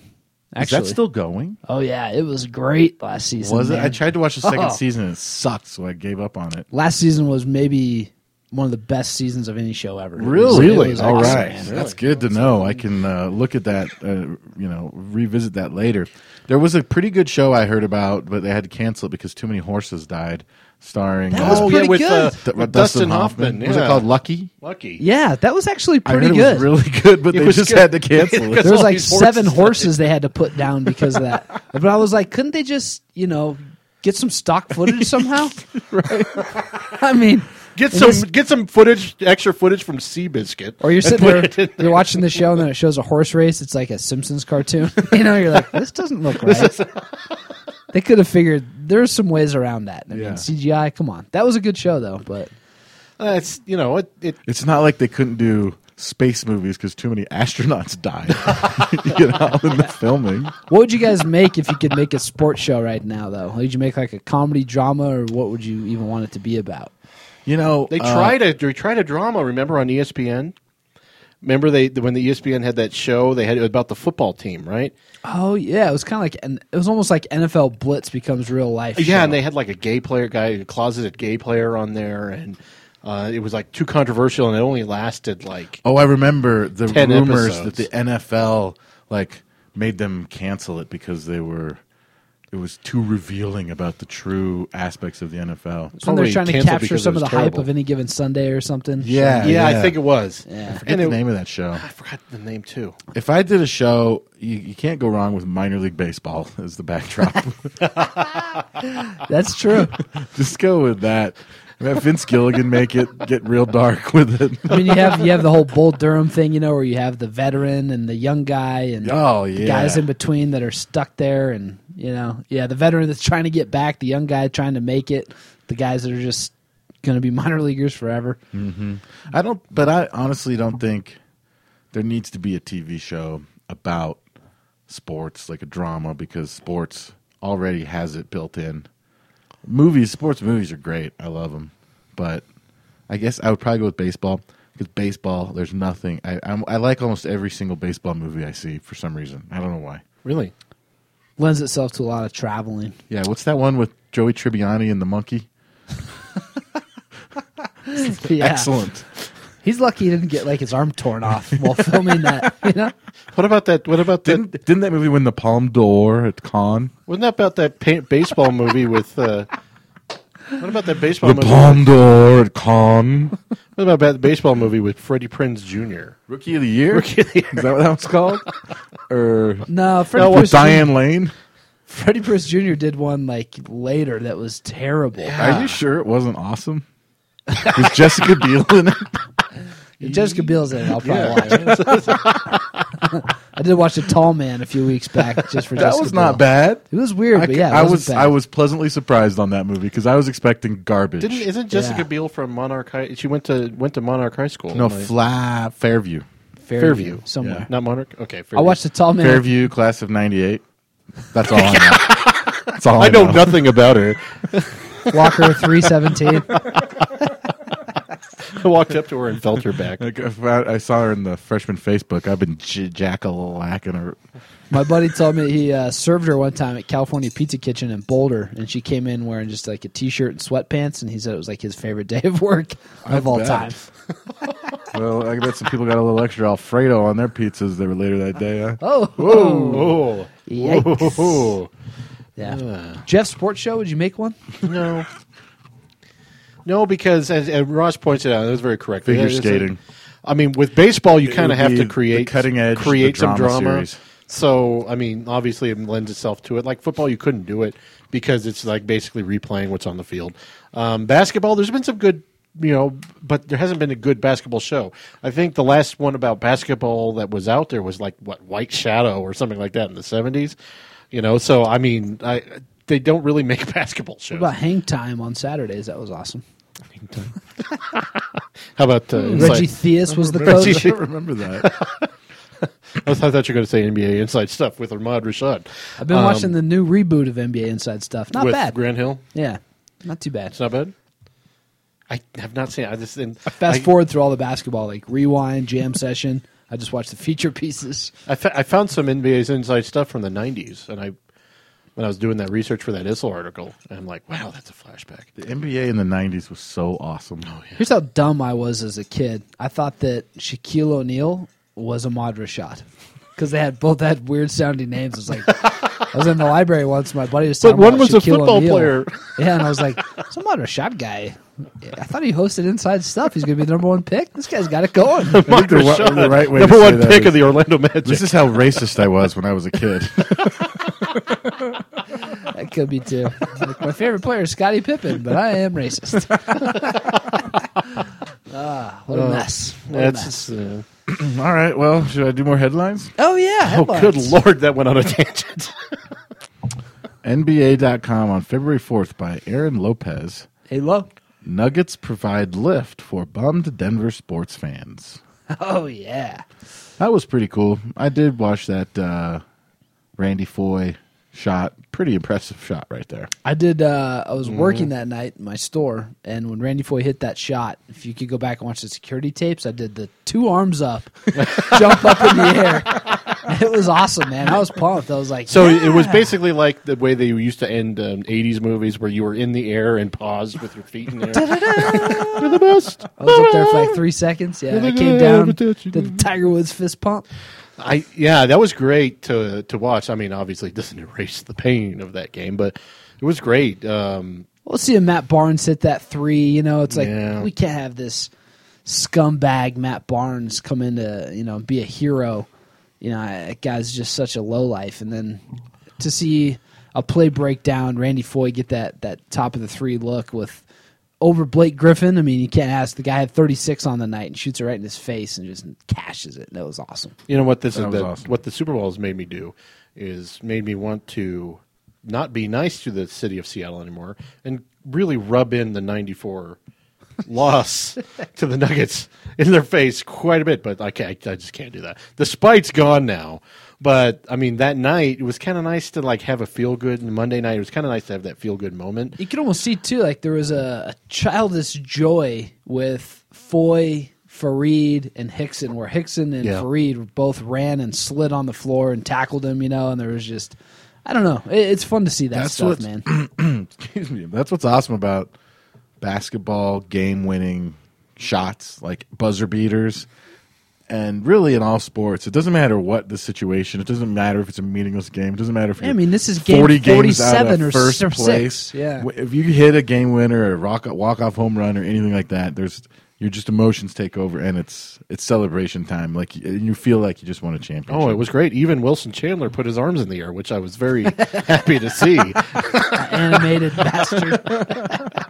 S3: Actually,
S1: Is that still going?
S3: oh yeah, it was great last season.
S1: Was it? I
S3: man.
S1: tried to watch the second
S3: Oh.
S1: season and it sucked, so I gave up on it.
S3: last season was maybe one of the best seasons of any show ever. It was-
S4: Really?
S3: it
S4: Really?
S3: was
S1: All
S3: awesome,
S1: right,
S3: man.
S1: that's good to know. I can uh, look at that, uh, you know, revisit that later. There was a pretty good show I heard about, but they had to cancel it because too many horses died. Starring
S3: That was
S1: uh,
S4: oh yeah,
S3: pretty
S4: with, Uh,
S3: good.
S1: D-
S4: with
S1: Dustin,
S4: Dustin
S1: Hoffman.
S4: Hoffman.
S1: Was it
S4: yeah.
S1: called Lucky?
S4: Lucky?
S3: Yeah, that was actually pretty
S1: I heard
S3: good.
S1: It was really good, but
S4: It
S1: they
S4: was
S1: just
S4: good.
S1: had to cancel it.
S3: there was
S4: all
S3: like
S4: these horses
S3: seven
S4: that-
S3: horses they had to put down because of that. But I was like, couldn't they just, you know, get some stock footage somehow? right. I mean,
S4: Get
S3: And
S4: some
S3: this-
S4: get some footage, extra footage from Seabiscuit.
S3: or you're
S4: and
S3: sitting
S4: put
S3: there,
S4: it in
S3: you're watching the show, and then it shows a horse race. It's like a Simpsons cartoon. you know, you're like, this doesn't look right. they could have figured there's some ways around that. I
S1: Yeah.
S3: mean, CGI. Come on, that was a good show though. But
S4: Uh, it's you know it, it
S1: It's not like they couldn't do space movies because too many astronauts died, you know, in the filming.
S3: what would you guys make if you could make a sports show right now though? Would you make like a comedy drama, or what would you even want it to be about?
S1: You know,
S4: They
S1: uh,
S4: tried a they tried a drama. Remember on E ESPN? Remember they when the E ESPN had that show? They had it about the football team, right?
S3: Oh yeah, it was kind of like an, it was almost like NFL Blitz becomes real life.
S4: Yeah, and
S3: show.
S4: they had like a gay player guy, a closeted gay player on there, and uh, it was like too controversial, and it only lasted like
S1: Oh, I remember the
S4: 10
S1: rumors that
S4: episodes.
S1: the NFL like made them cancel it because they were it was too revealing about the true aspects of the NFL.
S3: It's when they're
S4: probably
S3: trying to
S4: canceled
S3: capture
S4: because
S3: some
S4: it
S3: of the
S4: was
S3: hype
S4: terrible.
S3: of any given Sunday or something.
S1: Oh, Yeah,
S4: yeah, I think it was.
S3: Yeah. I
S1: Forget
S4: and
S1: the
S4: it,
S1: name of that show.
S4: I forgot the name too.
S1: If I did a show, you, you can't go wrong with minor league baseball as the backdrop.
S3: that's true.
S1: Just go with that. And Have Vince Gilligan make it get real dark with it.
S3: I mean, you have you have the whole Bull Durham thing, you know, where you have the veteran and the young guy and
S1: Oh,
S3: the
S1: yeah.
S3: guys in between that are stuck there, and you know, yeah, the veteran that's trying to get back, the young guy trying to make it, the guys that are just going to be minor leaguers forever.
S1: Mm. I don't, but I honestly don't think there needs to be a TV show about sports, like a drama, because sports already has it built in. Movies, sports movies are great. I love them, but I guess I would probably go with baseball because baseball. There's nothing. I I'm, I like almost every single baseball movie I see for some reason. I don't know why.
S4: Really?
S3: Lends itself to a lot of traveling.
S1: Yeah, what's that one with Joey Tribbiani and the monkey?
S3: Yeah.
S1: Excellent.
S3: He's lucky he didn't get like his arm torn off while filming that. You know,
S4: What about that? What about that?
S1: Didn't didn't that movie win the Palme d'Or at Cannes?
S4: Wasn't that about that pa- baseball movie with? Uh, what about that baseball
S1: The
S4: movie?
S1: Palme d'Or at Cannes.
S4: What about that baseball movie with Freddie Prinze Jr.?
S1: Rookie of the Year? Rookie of the Year. Is that what that was called? or
S3: no, Freddie
S1: no, with
S3: Prinze Jr.
S1: Diane Lane?
S3: Freddie Prinze Jr. did one like later that was terrible.
S1: Are you sure it wasn't awesome? Was Jessica Biel in it?
S3: If Jessica Biel's in it, I'll probably watch it. I did watch The Tall Man a few weeks back just for
S1: That
S3: Jessica
S1: was not
S3: Biel.
S1: bad.
S3: It was weird,
S1: I,
S3: but yeah, it
S1: I
S3: wasn't
S1: was
S3: bad.
S1: I was pleasantly surprised on that movie because I was expecting garbage.
S4: Didn't isn't Jessica
S3: Yeah.
S4: Biel from Monarch High? She went to went to Monarch High School.
S1: no
S4: Like-
S1: fly Fairview,
S4: Fairview
S3: somewhere.
S4: not Monarch. Okay, Fairview.
S3: I watched The Tall Man.
S1: Fairview class of '98. That's all I know. That's all I,
S4: I know nothing about her.
S3: Walker three seventeen.
S4: I walked up to her and felt her back.
S1: Like, if I, I saw her in the freshman Facebook. I've been j- jackalacking her.
S3: My buddy told me he uh, served her one time at California Pizza Kitchen in Boulder, and she came in wearing just like a t-shirt and sweatpants, and he said it was like his favorite day of work of all
S1: bet.
S3: time.
S1: Well, I bet some people got a little extra Alfredo on their pizzas that were later that day. Huh?
S3: Oh,
S4: Oh,
S3: Yikes.
S4: Whoa.
S3: yeah. Jeff's sports show. Would you make one?
S4: no, no, because as, as Ross pointed out, that was very correct.
S1: Figure
S4: That is a-
S1: skating.
S4: I mean, with baseball, you
S1: It
S4: kind
S1: would
S4: of have
S1: be
S4: to
S1: the
S4: create
S1: cutting edge,
S4: create
S1: the
S4: some
S1: drama
S4: drama.
S1: series.
S4: So, I mean, obviously, it lends itself to it. Like football, you couldn't do it because it's like basically replaying what's on the field. Um, basketball, there's been some good, you know, but there hasn't been a good basketball show. I think the last one about basketball that was out there was like what White Shadow or something like that in the '70s. You know, so I mean, I they don't really make basketball shows.
S3: What about hang time on Saturdays? That was awesome.
S4: How about uh,
S3: Mm. Reggie
S4: inside?
S3: Theus was the
S4: Reggie
S3: coach.
S1: I remember that.
S4: I thought you were going to say NBA inside stuff with Ahmad Rashad.
S3: I've been watching the new reboot of NBA Inside Stuff. Not
S4: Um, with
S3: bad.
S4: Grand Hill.
S3: yeah, not too bad.
S4: It's not bad. I have not seen. It. I just and
S3: Fast
S4: I,
S3: forward through all the basketball, like rewind, jam session. I just watched the feature pieces.
S4: I, fa- I found some NBA's inside stuff from the '90s, and I when I was doing that research for that ISIL article. And I'm like, wow, that's a flashback.
S1: The NBA in the '90s was so awesome. Oh, yeah.
S3: Here's how dumb I was as a kid. I thought that Shaquille O'Neal was a Madra shot because they had both had weird sounding names. It was like I was in the library once. My buddy was talking
S4: one
S3: about
S4: was a
S3: Shaquille
S4: football
S3: O'Neal.
S4: player.
S3: Yeah, and I was like, "Some Madra shot guy." Yeah, I thought he hosted Inside Stuff. He's going to be the number one pick. This guy's got it going.
S1: I think the, wa-
S4: Rashad,
S1: the right way
S4: number
S1: to say
S4: one
S1: that
S4: pick
S1: is-
S4: of the Orlando Magic.
S1: This is how racist I was when I was a kid.
S3: That could be too. Like, my favorite player is Scottie Pippen, but I am racist. ah, what a mess! What a mess.
S4: Uh, that's, uh,
S1: All right. Well, should I do more headlines?
S3: Oh yeah.
S4: oh, good
S3: headlines.
S4: lord, that went on a tangent.
S1: NBA.com on February 4th by Aaron Lopez.
S3: Hey, low.
S1: Nuggets provide lift for bummed Denver sports fans.
S3: Oh yeah.
S1: That was pretty cool. I did watch that uh, Randy Foy shot. Pretty impressive shot right there.
S3: I did. Uh, I
S4: Mm-hmm.
S3: was working that night in my store, and when Randy Foy hit that shot, if you could go back and watch the security tapes, I did the two arms up, jump up in the air. It was awesome, man. I was pumped. I was like,
S4: So it was
S3: "Yeah."
S4: basically like the way they used to end um, 80s movies where you were in the air and paused with your feet in the air. You're the best.
S3: I was up there for like three seconds. Yeah, I came down, did the Tiger Woods fist pump.
S4: I yeah, that was great to to watch. I mean, obviously it doesn't erase the pain of that game, but it was great. Um,
S3: Well, seeing Matt Barnes hit that three, you know, it's like
S4: Yeah.
S3: we can't have this scumbag Matt Barnes come in to you know be a hero. You know, that guy's just such a low life, and then to see a play breakdown, Randy Foy get that that top of the three look with over Blake Griffin. I mean, you can't ask. The guy had 36 on the night and shoots it right in his face and just cashes it. That was awesome.
S4: you know what this is
S1: That was
S4: the,
S1: awesome.
S4: what the Super Bowl has made me do is made me want to not be nice to the city of Seattle anymore and really rub in the 94 loss to the Nuggets in their face quite a bit, but I can't, I just can't do that. The spite's gone now. But I mean, that night it was kind of nice to like have a feel good. And Monday night it was kind of nice to have that feel good moment.
S3: you could almost see too like there was a, a childish joy with Foy, Farid, and Hickson, where Hickson and
S4: Yeah.
S3: Farid both ran and slid on the floor and tackled him, you know, and there was just I don't know. It, it's fun to see that
S1: That's
S3: stuff,
S1: what's-
S3: man.
S1: Excuse me. That's what's awesome about basketball game winning shots, like buzzer beaters. And really, in all sports, it doesn't matter what the situation. It doesn't matter if it's a meaningless game. It doesn't matter if
S3: Yeah,
S1: you're
S3: I mean, this is game
S1: 40 games out
S3: 47
S1: of
S3: or
S1: first
S3: s- or
S1: place.
S3: six, yeah.
S1: W- if you hit a game winner or a rock walk off home run or anything like that, there's your just emotions take over, and it's it's celebration time. Like y- you feel like you just won a championship.
S4: Oh, it was great. Even Wilson Chandler put his arms in the air, which I was very happy to see.
S3: Animated bastard.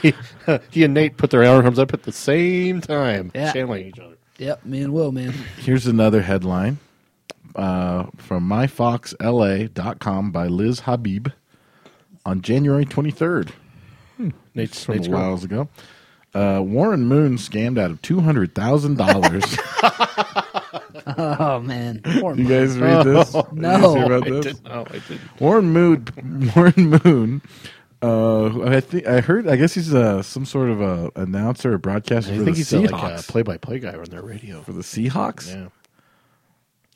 S4: He, he and Nate put their arms up at the same time,
S3: Yeah.
S4: channeling each other.
S3: Yep, me and Will, man.
S1: Here's another headline uh, from myfoxla.com by Liz Habib on January 23rd.
S4: Nate's,
S1: from
S4: Nate's
S1: a
S4: girl.
S1: whiles ago. Uh, Warren Moon scammed out of two hundred thousand dollars.
S3: Oh man. Poor
S1: you
S3: Mo.
S1: guys read this? Did you
S3: No.
S1: hear about
S4: I
S1: this?
S4: didn't know. I didn't.
S1: Warren Moon. Warren Moon. Uh, who I think I heard. I guess he's uh, some sort of a announcer or broadcaster
S4: I
S1: for
S4: think
S1: the
S4: he's
S1: Seahawks.
S4: uh, like a play-by-play guy on their radio.
S1: for the Seahawks.
S4: Yeah,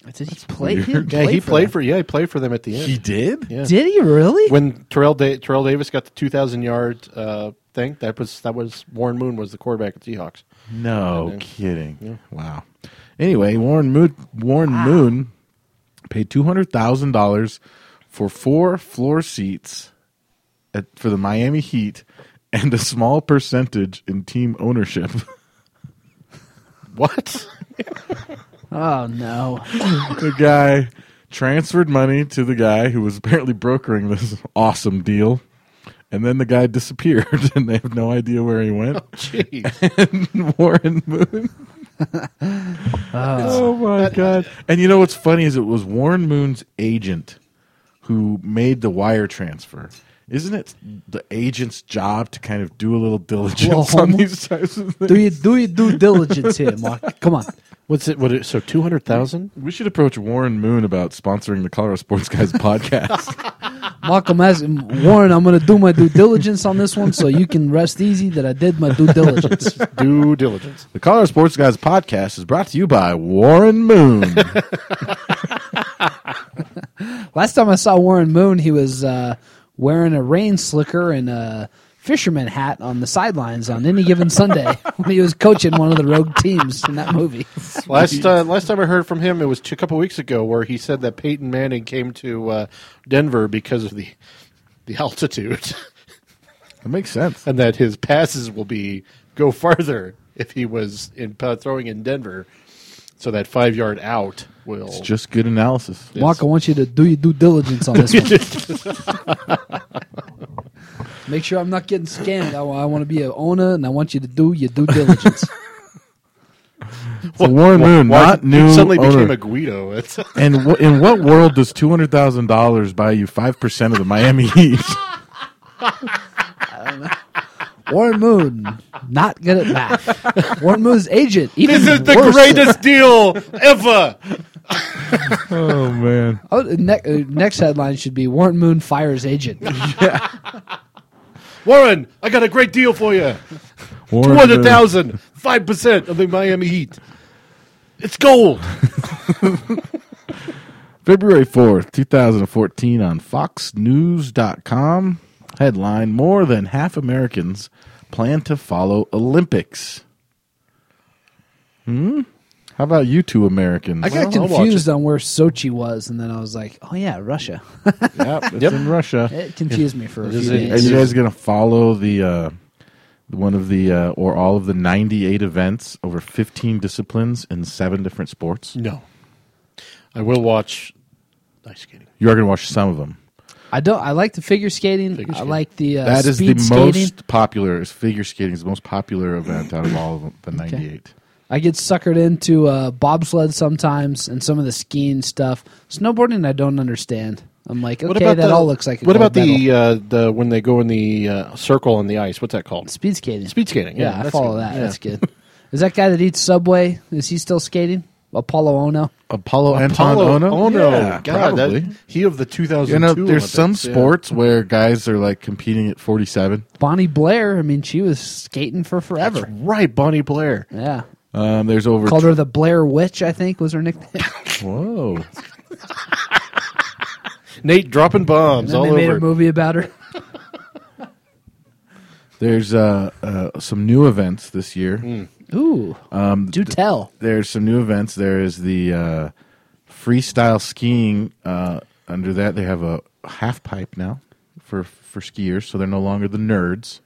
S3: Oh, Did he play?
S1: weird.
S3: He didn't
S4: yeah.
S3: play
S4: He
S3: for
S4: played
S3: that.
S4: for yeah. He played for them at the end.
S1: He did.
S4: yeah.
S3: Did he really?
S4: When Terrell, da- Terrell Davis got the two thousand yard uh, thing, that was that was Warren Moon was the quarterback at Seahawks.
S1: No kidding. Wow. Anyway, Warren Moon. Warren Moon paid two hundred thousand dollars for four floor seats at, for the Miami Heat and a small percentage in team ownership.
S4: What?
S3: oh no.
S1: the guy transferred money to the guy who was apparently brokering this awesome deal. And then the guy disappeared, and they have no idea where he went.
S4: Jeez.
S1: Warren Moon. oh my god! And you know what's funny is it was Warren Moon's agent who made the wire transfer. Isn't it the agent's job to kind of do a little diligence
S3: Well,
S1: on these types of things?
S3: Do you do you due diligence here, Mark? Come on.
S4: What's it? What? It, so two hundred thousand?
S1: We should approach Warren Moon about sponsoring the Colorado Sports Guys podcast.
S3: Malcolm has Warren, I'm going to do my due diligence on this one, so you can rest easy that I did my due diligence.
S4: Due diligence.
S1: the Colorado Sports Guys podcast is brought to you by Warren Moon.
S3: Last time I saw Warren Moon, he was uh, wearing a rain slicker and a fisherman hat on the sidelines on any given Sunday when he was coaching one of the rogue teams in that movie.
S4: Last uh, last time I heard from him, it was two, a couple weeks ago, where he said that Peyton Manning came to uh, Denver because of the the altitude,
S1: That makes sense.
S4: and that his passes will be go farther if he was in uh, throwing in Denver. So that five yard out will
S1: It's just good analysis.
S3: Mark, I want you to do your due diligence on this one. Make sure I'm not getting scammed. I, want to be an owner, and I want you to do your due diligence.
S1: So Warren Moon, not
S4: he
S1: new
S4: Suddenly became
S1: owner.
S4: a Guido. It's,
S1: And w- in what world does two hundred thousand dollars buy you five percent of the Miami Heat?
S3: Warren Moon, not good at math. Warren Moon's agent, even worse.
S4: deal ever.
S1: oh man,
S3: Oh, ne- uh, next headline should be Warren Moon fires agent.
S4: Warren, I got a great deal for you.
S1: Warren
S4: Two hundred
S1: Moon.
S4: thousand, five percent of the Miami Heat. It's gold.
S1: February 4th, 2014 on foxnews.com. Headline More than half Americans plan to follow Olympics. Hmm? How about you two Americans?
S3: I got
S4: Well, I'll watch
S3: confused on where Sochi was, and then I was like, oh yeah, Russia.
S1: Yep, it's in Russia.
S3: It confused me for a
S4: Is
S3: few
S4: it-
S1: Are you
S3: days.
S1: guys going to follow the uh, one of the uh, or all of the 98 events over 15 disciplines in seven different sports?
S4: No, I will watch ice skating.
S1: You are going to watch some of them.
S3: I don't. I like the figure skating.
S4: Figure
S3: I
S4: skating.
S3: like the uh,
S1: That is
S3: speed
S1: the
S3: skating.
S1: most popular. Is figure skating is the most popular event out of all of them, the 98.
S3: I get suckered into uh, bobsled sometimes, and some of the skiing stuff. Snowboarding, I don't understand. I'm like, okay, that all looks like. A
S4: what
S3: gold
S4: about
S3: medal.
S4: the uh, the when they go in the uh, circle on the ice? What's that called?
S3: speed skating?
S4: Speed skating.
S3: Yeah,
S4: Yeah,
S3: I
S4: that's
S3: follow
S4: good.
S3: that.
S4: Yeah.
S3: That's good. Is that guy that eats Subway? Is he still skating? Apollo Ono.
S1: Apollo Anton
S4: Apollo
S1: Ono.
S4: Ono.
S1: Yeah,
S4: God, that-
S1: probably.
S4: he of the 2002.
S1: you know, there's some
S4: Olympics, yeah.
S1: sports where guys are like competing at 47.
S3: Bonnie Blair. I mean, she was skating for
S4: That's
S3: forever.
S4: right, Bonnie Blair.
S3: Yeah.
S1: Um, there's over.
S3: Called her the Blair Witch, I think was her nickname.
S1: Whoa.
S4: Nate dropping bombs
S3: And
S4: all
S3: they made a
S4: over.
S3: movie about her.
S1: There's uh, uh, some new events this year.
S3: Ooh. Do tell.
S1: There's some new events. There is the uh, freestyle skiing. Uh, under that, they have a half pipe now for for skiers, so they're no longer the nerds.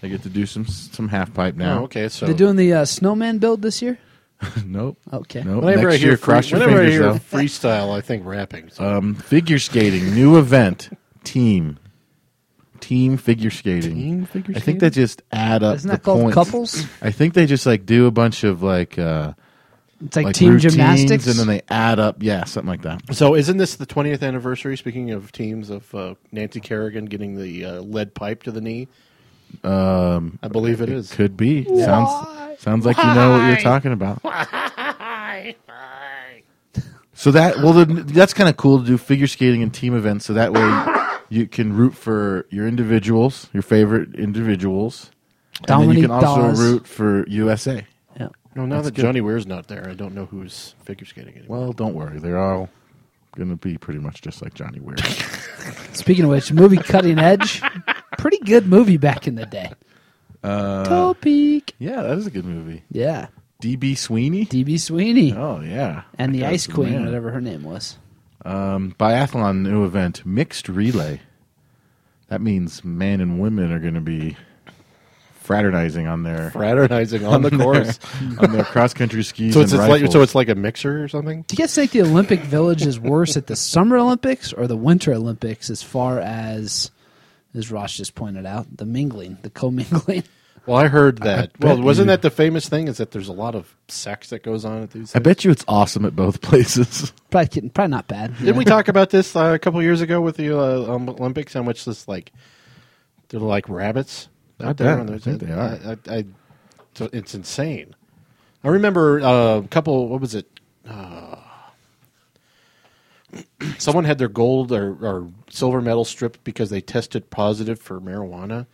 S1: They get to do some some half pipe now.
S4: Oh, okay, so
S3: They're doing the uh, snowman build this year.
S1: nope.
S3: Okay.
S1: Nope.
S4: whenever I
S1: Next
S4: hear,
S1: year,
S4: free-
S1: cross your
S4: whenever I
S1: fingers
S4: hear
S1: though.
S4: freestyle, I think rapping. So.
S1: Um, figure skating, new event, team, team figure skating.
S4: Team figure
S1: I think they just add up.
S3: Isn't
S1: the
S3: that called
S1: points.
S3: couples?
S1: I think they just like do a bunch of like uh,
S3: It's like,
S1: like
S3: team
S1: routines,
S3: gymnastics.
S1: and then they add up. Yeah, something like that.
S4: So isn't this the 20th anniversary? Speaking of teams, of uh, Nancy Kerrigan getting the uh, lead pipe to the knee. Um, I believe it is.
S1: Could be. Sounds sounds like you know what you're talking about. So that well, then, that's kind of cool to do figure skating and team events. So that way you can root for your individuals, your favorite individuals, and then you
S3: Dominique
S1: can also
S3: Dawes.
S1: root for USA.
S3: Yeah.
S4: No, now that Johnny Weir's not there, I don't know who's figure skating anymore.
S1: Well, don't worry. They're all going to be pretty much just like Johnny Weir.
S3: Speaking of which, the movie Cutting Edge, pretty good movie back in the day. Uh, Toe Peak.
S1: yeah, that is a good movie.
S3: Yeah.
S1: DB Sweeney?
S3: DB Sweeney
S1: oh, yeah.
S3: and the
S1: That guy's
S3: Ice Queen,
S1: man.
S3: whatever her name was.
S1: Um, biathlon new event, mixed relay. That means men and women are going to be fraternizing on their
S4: Fraternizing on the course.
S1: on their cross country skis.
S4: So it's,
S1: and
S4: it's like
S1: rifles.
S4: so it's like a mixer or something.
S3: Do you guys think the Olympic Village is worse at the Summer Olympics or the Winter Olympics as far as, as Ross just pointed out, the mingling, the commingling?
S4: Well, I heard that.
S1: bet
S4: well, wasn't
S1: you-
S4: that the famous thing? Is that there's a lot of sex that goes on at these?
S1: I bet you it's awesome at both places.
S3: Probably, kidding, probably not bad.
S4: Didn't we talk about this uh, a couple years ago with the uh, um, Olympics? How much this like they're like rabbits
S1: I
S4: out there.
S1: bet. I think they are.
S4: I, I, I- so it's insane. I remember uh, a couple. What was it? Uh, someone had their gold or, or silver medal stripped because they tested positive for marijuana.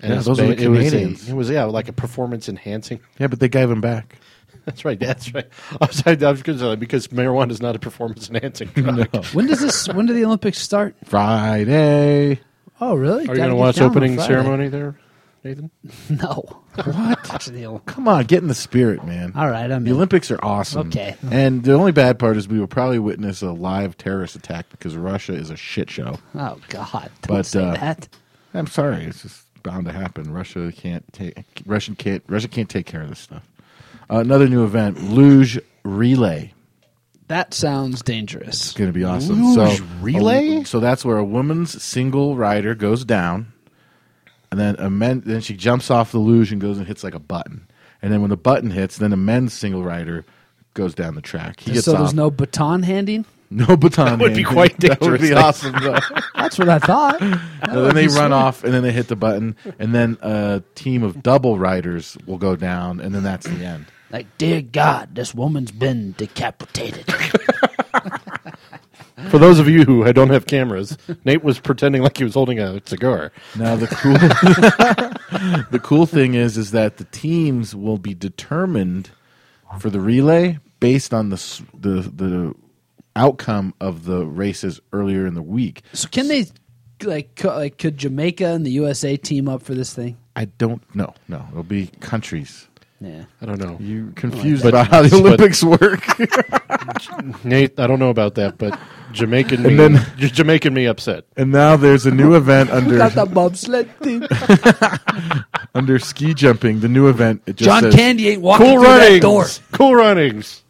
S1: Yeah,
S4: it's
S1: those were
S4: ba-
S1: the
S4: it was a-
S1: Canadians.
S4: It was yeah, like a performance enhancing
S1: Yeah, but they gave him back.
S4: That's right. That's right. I was, I was going to say that because marijuana is not a performance enhancing drug.
S3: When does this? When do the Olympics start?
S1: Friday.
S3: Oh, really?
S4: Are you going to watch opening ceremony there, Nathan?
S3: No. What? Watch the Olympics.
S1: Come on, get in the spirit, man.
S3: All right, I'm
S1: The
S3: in.
S1: Olympics are awesome.
S3: Okay.
S1: And the only bad part is we will probably witness a live terrorist attack because Russia is a shit show.
S3: Oh God! Don't
S1: But,
S3: say
S1: uh,
S3: that.
S1: I'm sorry, it's just bound to happen. Russia can't take Russian can't Russia can't take care of this stuff. Uh, another new event, luge relay.
S3: That sounds dangerous. Mm-hmm.
S1: It's going to be awesome.
S4: Luge
S1: so
S4: relay?
S1: a- so that's where a woman's single rider goes down, and then a men. Then she jumps off the luge and goes and hits like a button. And then when the button hits, then a men's single rider goes down the track. He gets
S3: so
S1: off.
S3: there's no baton handing.
S1: no baton. That
S4: would be quite
S1: That would be
S4: dangerous.
S1: awesome. though.
S3: That's what I thought.
S1: And then they
S3: Oh,
S1: run off, and then they hit the button, and then a team of double riders will go down, and then that's the end.
S3: Like, dear God, this woman's been decapitated.
S4: For those of you who don't have cameras, Nate was pretending like he was holding a cigar.
S1: Now the cool, the cool thing is, is that the teams will be determined for the relay based on the s- the the outcome of the races earlier in the week.
S3: so can they, like, co- like, could Jamaica and the USA team up for this thing?
S1: I don't know. No, it'll be countries.
S3: Yeah.
S4: I don't know.
S1: You're confused
S4: But-
S1: about how the
S4: but-
S1: Olympics work.
S4: Nate, I don't know about that, but Jamaican me,
S1: And then-
S4: J- Jamaican me upset.
S1: and now there's a new event under
S3: Got the bobsled team.
S1: under ski jumping. The new event. It just
S3: John
S1: says-
S3: Candy ain't walking
S4: Cool
S3: through that door.
S4: runnings. Cool runnings.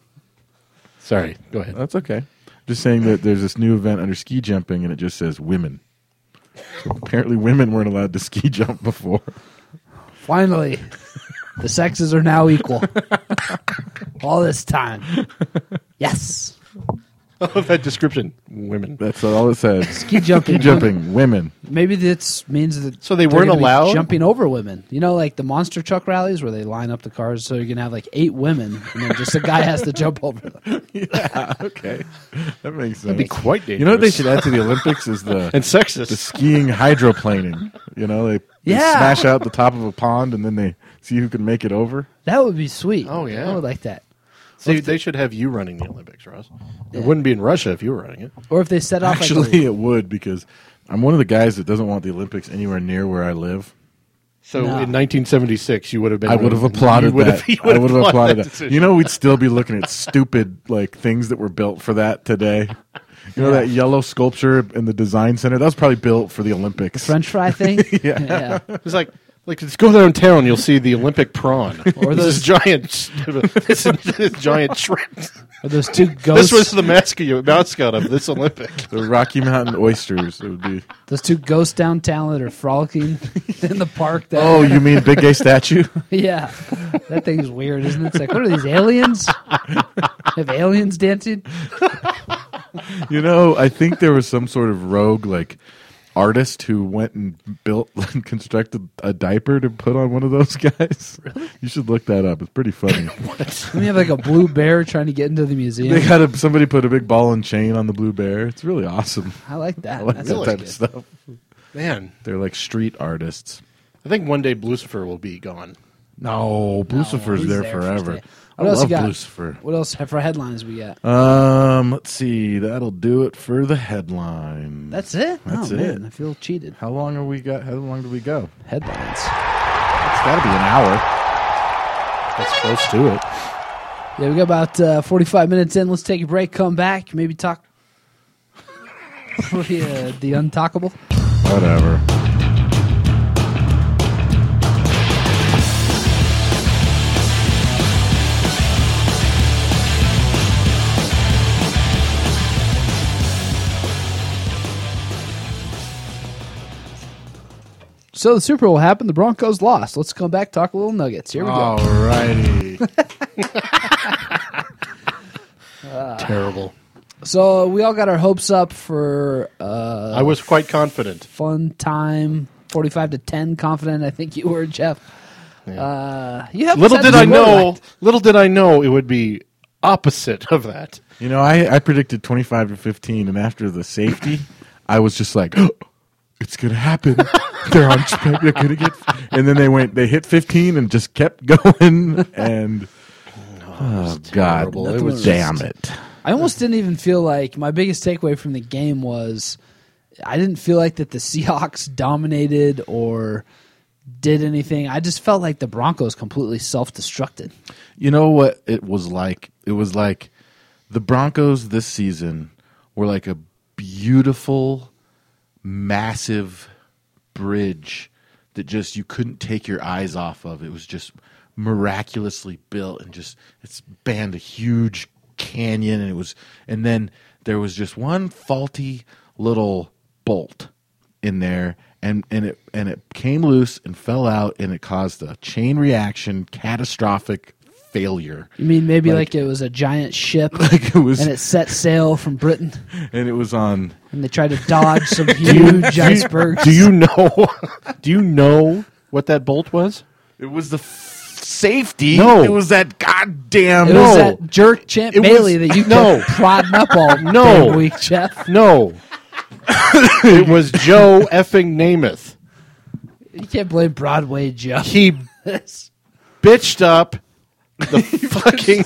S4: Sorry, go ahead.
S1: That's okay. Just saying that there's this new event under ski jumping, and it just says women. So apparently, women weren't allowed to ski jump before.
S3: Finally, the sexes are now equal. All this time. Yes.
S4: I love that description. Women.
S1: That's all it says.
S3: Ski jumping.
S1: Ski jumping, women.
S3: Maybe this means that
S4: So they
S3: they're
S4: weren't
S3: gonna be
S4: allowed?
S3: jumping over women. You know, like the monster truck rallies where they line up the cars, so you can have like eight women, and then just a guy has to jump over them.
S1: Okay, that makes sense.
S4: That'd be quite dangerous.
S1: You know what they should add to the Olympics is the
S4: And sexist.
S1: the skiing hydroplaning. You know, they, they
S3: Yeah.
S1: smash out the top of a pond, and then they see who can make it over.
S3: That would be sweet.
S4: Oh, yeah.
S3: I would like that.
S4: See, they should have you running the Olympics, Ross. It wouldn't be in Russia if you were running it.
S3: Or if they set off
S1: Actually,
S3: like
S1: it would because I'm one of the guys that doesn't want the Olympics anywhere near where I live.
S4: So
S3: No.
S4: in 1976, you would have been.
S1: I would have
S4: running.
S1: applauded
S4: You would
S1: that.
S4: have- you
S1: I would have applauded that.
S4: decision.
S1: You know, we'd still be looking at stupid like things that were built for that today. You know that yellow sculpture in the design center that was probably built for the Olympics.
S3: a French fry thing. yeah.
S4: It's like like just go downtown, you'll see the Olympic prawn
S3: Or
S4: or
S3: those-
S4: those giant this, this giant shrimp.
S3: Or those two
S4: This
S3: ghosts.
S4: was the mascot mascot of this Olympic.
S1: the Rocky Mountain oysters. It would be.
S3: those two ghosts downtown that are frolicking in the park. That
S1: Oh, you mean big gay statue?
S3: yeah, that thing's weird, isn't it? It's like, what are these aliens? have aliens dancing?
S1: You know, I think there was some sort of rogue like artist who went and built and constructed a diaper to put on one of those guys. You should look that up. It's pretty funny.
S3: Let me have like a blue bear trying to get into the
S1: they
S3: museum.
S1: got a, somebody put a big ball and chain on the blue bear. It's really awesome.
S3: I like that.
S1: I like
S3: That's
S1: that
S4: really
S1: type
S4: good.
S1: of stuff.
S4: Man,
S1: They're like street artists.
S4: I think one day Lucifer will be gone.
S1: No, Lucifer's
S3: He's
S1: there,
S3: there
S1: forever.
S3: for stay.
S1: I
S3: What else
S1: love
S3: you got?
S1: Lucifer.
S3: What else have for headlines we got?
S1: Um, let's see. That'll do it for the headline.
S3: That's it.
S1: that's
S3: oh, Man,
S1: it.
S3: I feel cheated.
S1: How long are we got? How long do we go?
S3: Headlines.
S1: It's got to be an hour.
S4: That's close to it.
S3: Yeah, we got about uh, forty-five minutes in. Let's take a break. Come back. Maybe talk. What are you, uh, the untalkable.
S1: Whatever.
S3: So the Super Bowl happened. The Broncos lost. Let's come back. Talk a little Nuggets. Here we
S4: Oh.
S3: go.
S1: Alrighty.
S4: Terrible.
S3: So we all got our hopes up for uh,
S4: I was quite confident.
S3: fun time. Forty-five to ten. Confident. I think you were, Jeff. Uh, you have
S4: Little
S3: decided
S4: did I
S3: to go
S4: know.
S3: right.
S4: Little did I know it would be opposite of that.
S1: you know, I, I predicted 25 to 15, and after the safety, I was just like, "Oh, it's going to happen. They're on track. They're going to get. And then they went, they hit 15 and just kept going. And Oh God!
S4: terrible. It was
S1: damn it.
S3: I almost didn't even feel like my biggest takeaway from the game was I didn't feel like that the Seahawks dominated or did anything. I just felt like the Broncos completely self-destructed.
S1: You know what it was like? It was like the Broncos this season were like a beautiful, massive bridge that just you couldn't take your eyes off of. It was just miraculously built and just it spanned a huge canyon and it was and then there was just one faulty little bolt in there and and it and it came loose and fell out and it caused a chain reaction catastrophic failure
S3: You mean maybe
S1: Like-
S3: like, it was a giant ship
S1: like it was
S3: and it set sail from Britain
S1: and it was on
S3: and they tried to dodge some huge icebergs.
S4: Do you know? Do you know what that bolt was?
S1: it was the f- safety
S4: No.
S1: it was that goddamn
S3: it was
S4: No.
S3: that jerk Champ
S4: It was-
S3: Bailey that you
S4: No.
S3: kept prodding up all
S4: No.
S3: damn week, Jeff.
S4: No, it was Joe effing Namath.
S3: You can't blame Broadway Joe.
S4: He
S3: Yes.
S4: bitched up the fucking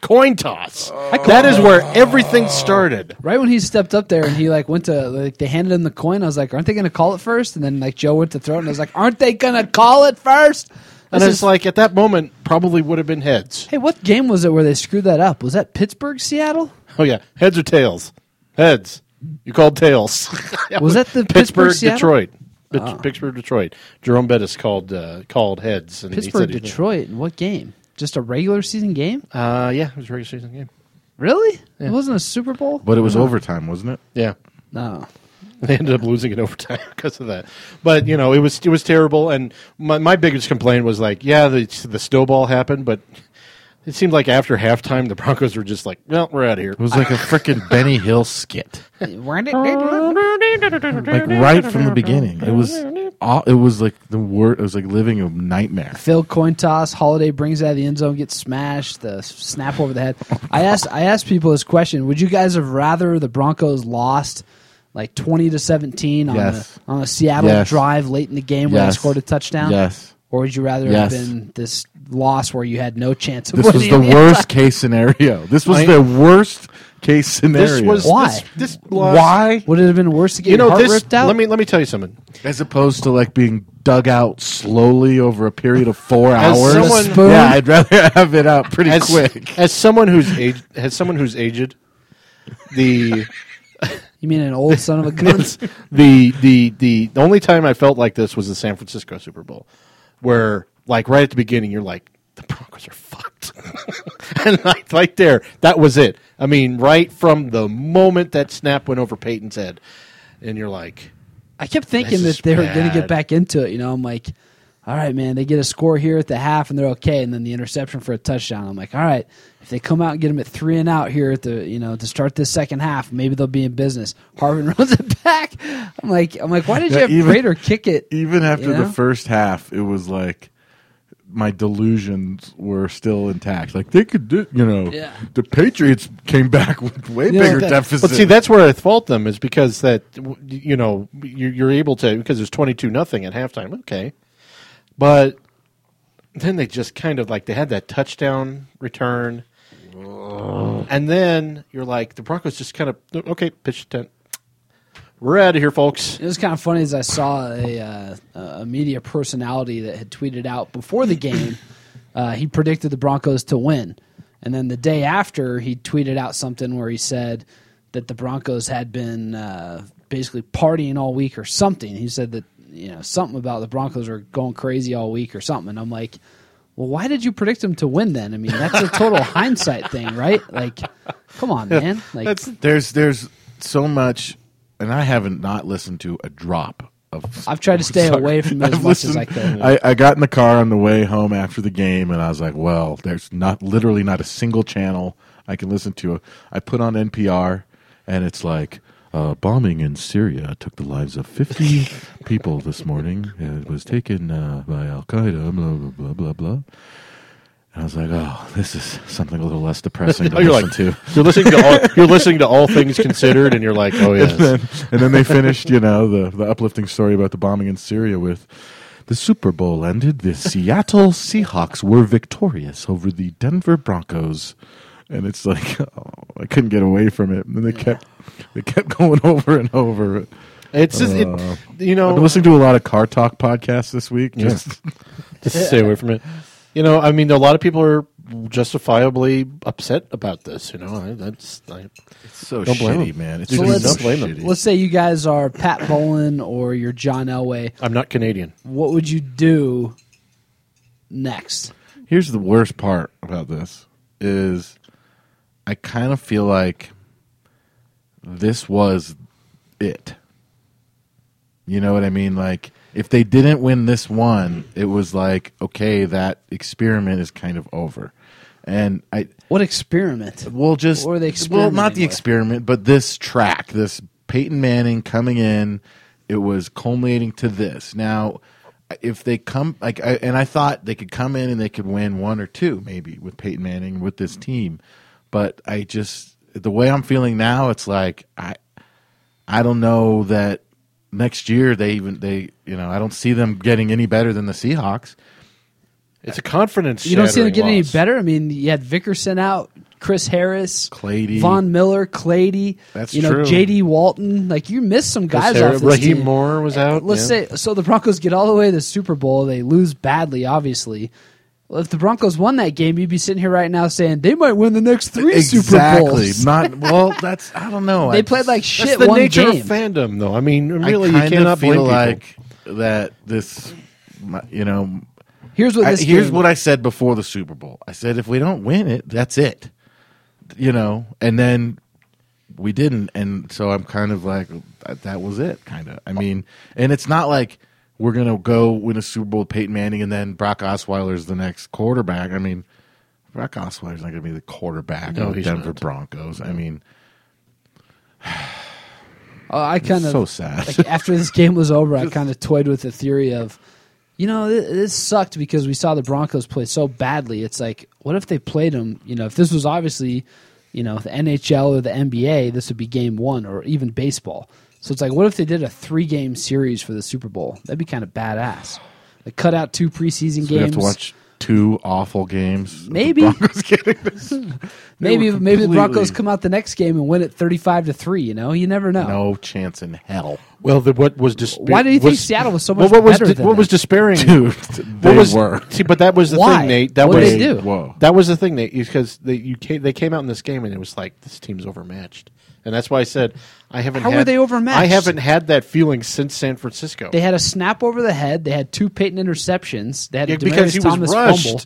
S4: coin toss. That is where everything started.
S3: Right when he stepped up there and he like went to like they handed him the coin, I was like, "Aren't they going to call it first? And then like Joe went to throw it, and I was like, "Aren't they going to call it first?
S4: And
S3: This
S4: it's
S3: is-
S4: like at that moment probably would have been heads.
S3: hey, what game was it where they screwed that up? Was that Pittsburgh, Seattle?
S4: Oh yeah, heads or tails? Heads. You called tails.
S3: Was that the Pittsburgh,
S4: Pittsburgh,
S3: Seattle? Ah.
S4: Detroit? Pit- Pittsburgh, Detroit. Jerome Bettis called uh, called heads, and
S3: Pittsburgh,
S4: he said he-
S3: Detroit. In what game? Just a regular season game?
S4: Uh, yeah, it was a regular season game.
S3: Really? It wasn't a Super Bowl.
S1: but it was overtime wasn't it
S4: Yeah,
S3: No.
S4: they ended up losing in overtime because of that. But you know, it was it was terrible. And my, my biggest complaint was like, yeah, the the snowball happened, but it seemed like after halftime, the Broncos were just like, well, we're out of here.
S1: it was like a freaking benny hill skit
S3: Weren't it-
S1: like right from the beginning it was all, it was like the word it was like living a nightmare
S3: Phil coin toss. Holiday brings it out of the end zone, gets smashed. The snap over the head. I asked. I asked people this question: Would you guys have rather the Broncos lost like twenty to seventeen on
S1: Yes.
S3: a on a Seattle
S1: Yes.
S3: drive late in the game where they
S1: Yes.
S3: scored a touchdown?
S1: yes
S3: Or would you rather
S1: Yes.
S3: have been this loss where you had no chance of
S1: this was
S3: winning
S1: the
S3: end
S1: worst case scenario this was
S4: I-
S1: the worst case scenario
S4: This was
S3: Why?
S4: This, this
S3: zone?
S4: was-
S3: would it have been worse to get
S4: You know
S3: your heart
S4: this.
S3: ripped out?
S4: Let me let me tell you something.
S1: as opposed to like being dug out slowly over a period of four
S4: As
S1: hours.
S4: someone-
S3: Spoon?
S1: yeah, I'd rather have it out pretty
S4: as,
S1: quick.
S4: As someone who's aged, as someone who's aged, the
S3: you mean an old son of a gun?
S4: the the the the only time I felt like this was the San Francisco Super Bowl, where like right at the beginning you're like the Broncos are fucked, and like right there that was it. I mean, right from the moment that snap went over Peyton's head, and you're like,
S3: I kept thinking
S4: This
S3: that
S4: is
S3: they were going to
S4: bad.
S3: get back into it. You know, I'm like, all right, man, they get a score here at the half and they're okay, and then the interception for a touchdown. I'm like, all right, if they come out and get them at three and out here at the you know to start this second half, maybe they'll be in business. Harvin runs it back. I'm like, I'm like, why did
S1: Yeah,
S3: you have
S1: even-
S3: Prater kick it?
S1: Even after
S3: Yeah.
S1: the first half, it was like my delusions were still intact. Like they could do, you know,
S3: Yeah.
S1: the Patriots came back with way
S3: Yeah.
S1: bigger
S3: That-
S1: deficit.
S4: but see, that's where I fault them is because that you know you're, you're able to because there's twenty two nothing at halftime. Okay, but then they just kind of like they had that touchdown return, and then you're like the Broncos just kind of okay pitch the tent. We're out of here, folks.
S3: It was kind of funny as I saw a, uh, a media personality that had tweeted out before the game, uh, he predicted the Broncos to win. And then the day after, he tweeted out something where he said that the Broncos had been uh, basically partying all week or something. He said that, you know, something about the Broncos were going crazy all week or something. And I'm like, well, why did you predict them to win then? I mean, that's a total hindsight thing, right? Like, come on, man. Like,
S1: there's there's so much, and I haven't not listened to a drop of.
S3: I've tried to stay
S1: Sorry.
S3: away from it as
S1: I've
S3: much as I
S1: listened-
S3: could.
S1: I, I got in the car on the way home after the game, and I was like, "Well, there's not literally not a single channel I can listen to." I put on NPR, and it's like uh, bombing in Syria took the lives of 50 people this morning. It was taken uh, by Al Qaeda. Blah blah blah blah blah. And I was like, "Oh, this is something a little less depressing to
S4: Oh, you're
S1: listen
S4: like
S1: to."
S4: you're listening to all you're listening to all things considered, and you're like, oh yes,
S1: and then they finished, you know, the, the uplifting story about the bombing in Syria with The Super Bowl ended. The Seattle Seahawks were victorious over the Denver Broncos. And it's like oh, I couldn't get away from it. And they kept they kept going over and over.
S4: It's just, it,
S1: Uh,
S4: you
S1: I've been
S4: know,
S1: listening to a lot of car talk podcasts this week.
S4: Yeah.
S1: Just
S4: just stay away from it. You know, I mean, a lot of people are justifiably upset about this. You know, I, that's I,
S1: so
S4: Don't blame
S1: shitty,
S4: them.
S1: man. It's
S4: Dude,
S1: just
S3: don't
S1: so
S4: blame them.
S1: shitty.
S3: Let's say you guys are Pat Bolin or you're John Elway.
S4: I'm not Canadian.
S3: What would you do next?
S1: Here's the worst part about this is I kind of feel like this was it. You know what I mean? Like if they didn't win this one, it was like okay, that experiment is kind of over. And I
S3: What experiment?
S1: well just
S3: What were they
S1: well not
S3: experimenting
S1: the
S3: with?
S1: experiment, but this track, this Peyton Manning coming in, it was culminating to this. Now if they come like I, and I thought they could come in and they could win one or two maybe with Peyton Manning with this team, but I just the way I'm feeling now, it's like I I don't know that next year they even they you know I don't see them getting any better than the Seahawks.
S4: It's a confidence.
S3: You don't see them
S4: shattering
S3: get any
S4: loss.
S3: better. I mean, you had Vickerson out, Chris Harris,
S1: Clady.
S3: Von Miller, Clady.
S1: That's
S3: you know
S1: true.
S3: J.D. Walton. Like you missed some
S4: Chris
S3: guys off
S4: Harris-
S3: this
S4: Raheem
S3: team.
S4: Moore was out.
S3: Let's
S4: yeah.
S3: say so the Broncos get all the way to the Super Bowl. They lose badly, obviously. Well, if the Broncos won that game, you'd be sitting here right now saying they might win the next three Super
S1: exactly
S3: Bowls.
S1: not well. That's I don't know.
S3: They
S1: I-
S3: played like
S4: That's
S3: shit
S4: the
S3: one
S4: nature
S3: game.
S4: of fandom, though. I mean,
S1: I
S4: really, you
S1: kind
S4: cannot
S1: of feel
S4: blame people.
S1: like that this my- you know
S3: here's what
S1: I,
S3: this
S1: here's
S3: game-
S1: what I said before the Super Bowl. I said if we don't win it, that's it. You know, and then we didn't, and so I'm kind of like that, that was it, kind of. I mean, and it's not like we're gonna go win a Super Bowl with Peyton Manning and then Brock Osweiler's the next quarterback. I mean, Brock Osweiler's not gonna be the quarterback of
S4: No,
S1: the
S4: he's
S1: Denver
S4: not.
S1: Broncos. I mean,
S3: Oh, I kind of
S1: so sad.
S3: like, after this game was over, I kind of toyed with the theory of, you know, this, this sucked because we saw the Broncos play so badly. It's like, what if they played them? You know, if this was obviously, you know, the NHL or the NBA, this would be game one or even baseball. So it's like, what if they did a three game series for the Super Bowl? That'd be kind of badass. Like cut out two preseason games.
S1: we have to watch two awful games.
S3: Maybe.
S1: The Broncos getting this. They
S3: maybe
S1: were
S3: maybe the
S1: completely-
S3: Broncos come out the next game and win it thirty five to three. You know, you never know.
S1: No chance in hell.
S4: Well, the, what was despair-
S3: Why do you think
S4: was-
S3: Seattle was so
S4: well,
S3: much
S4: what was
S3: better
S4: de-
S3: than
S4: what
S3: them?
S4: was despairing?
S1: Dude,
S4: What
S1: they
S4: was-
S1: were.
S4: See, but that was the
S3: Why?
S4: thing, Nate. That
S3: What
S4: was
S3: did they do?
S1: Whoa.
S4: that was the thing, Nate, because they you came, they came out in this game and it was like this team's overmatched, and that's why I said I haven't.
S3: How
S4: had,
S3: were they overmatched?
S4: I haven't had that feeling since San Francisco.
S3: They had a snap over the head. They had two Peyton interceptions. They had
S4: Yeah,
S3: a
S4: because he
S3: Demarius Thomas
S4: was rushed.
S3: fumble.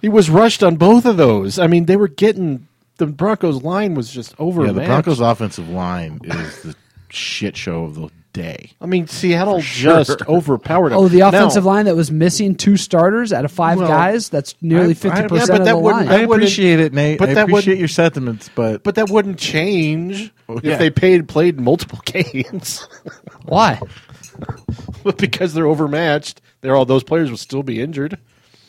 S4: He was rushed on both of those. I mean, they were getting the Broncos line was just over.
S1: Yeah, the Broncos' offensive line is the shit show of the day.
S4: I mean, Seattle
S1: sure.
S4: just overpowered. them.
S3: Oh, the
S4: Now-
S3: offensive line that was missing two starters out of five
S4: Well,
S3: guys. That's nearly
S1: I- I-
S3: fifty
S1: yeah,
S3: percent
S1: but
S3: of
S4: that
S3: the
S4: wouldn't-
S3: line.
S4: I that- wouldn't- appreciate it, Nate.
S1: But
S4: I
S1: that
S4: appreciate
S1: would, your sentiments, but,
S4: But that wouldn't change
S1: Oh,
S4: if
S1: yeah.
S4: they paid played multiple games.
S3: Why?
S4: but because they're overmatched, they're all those players will still be injured.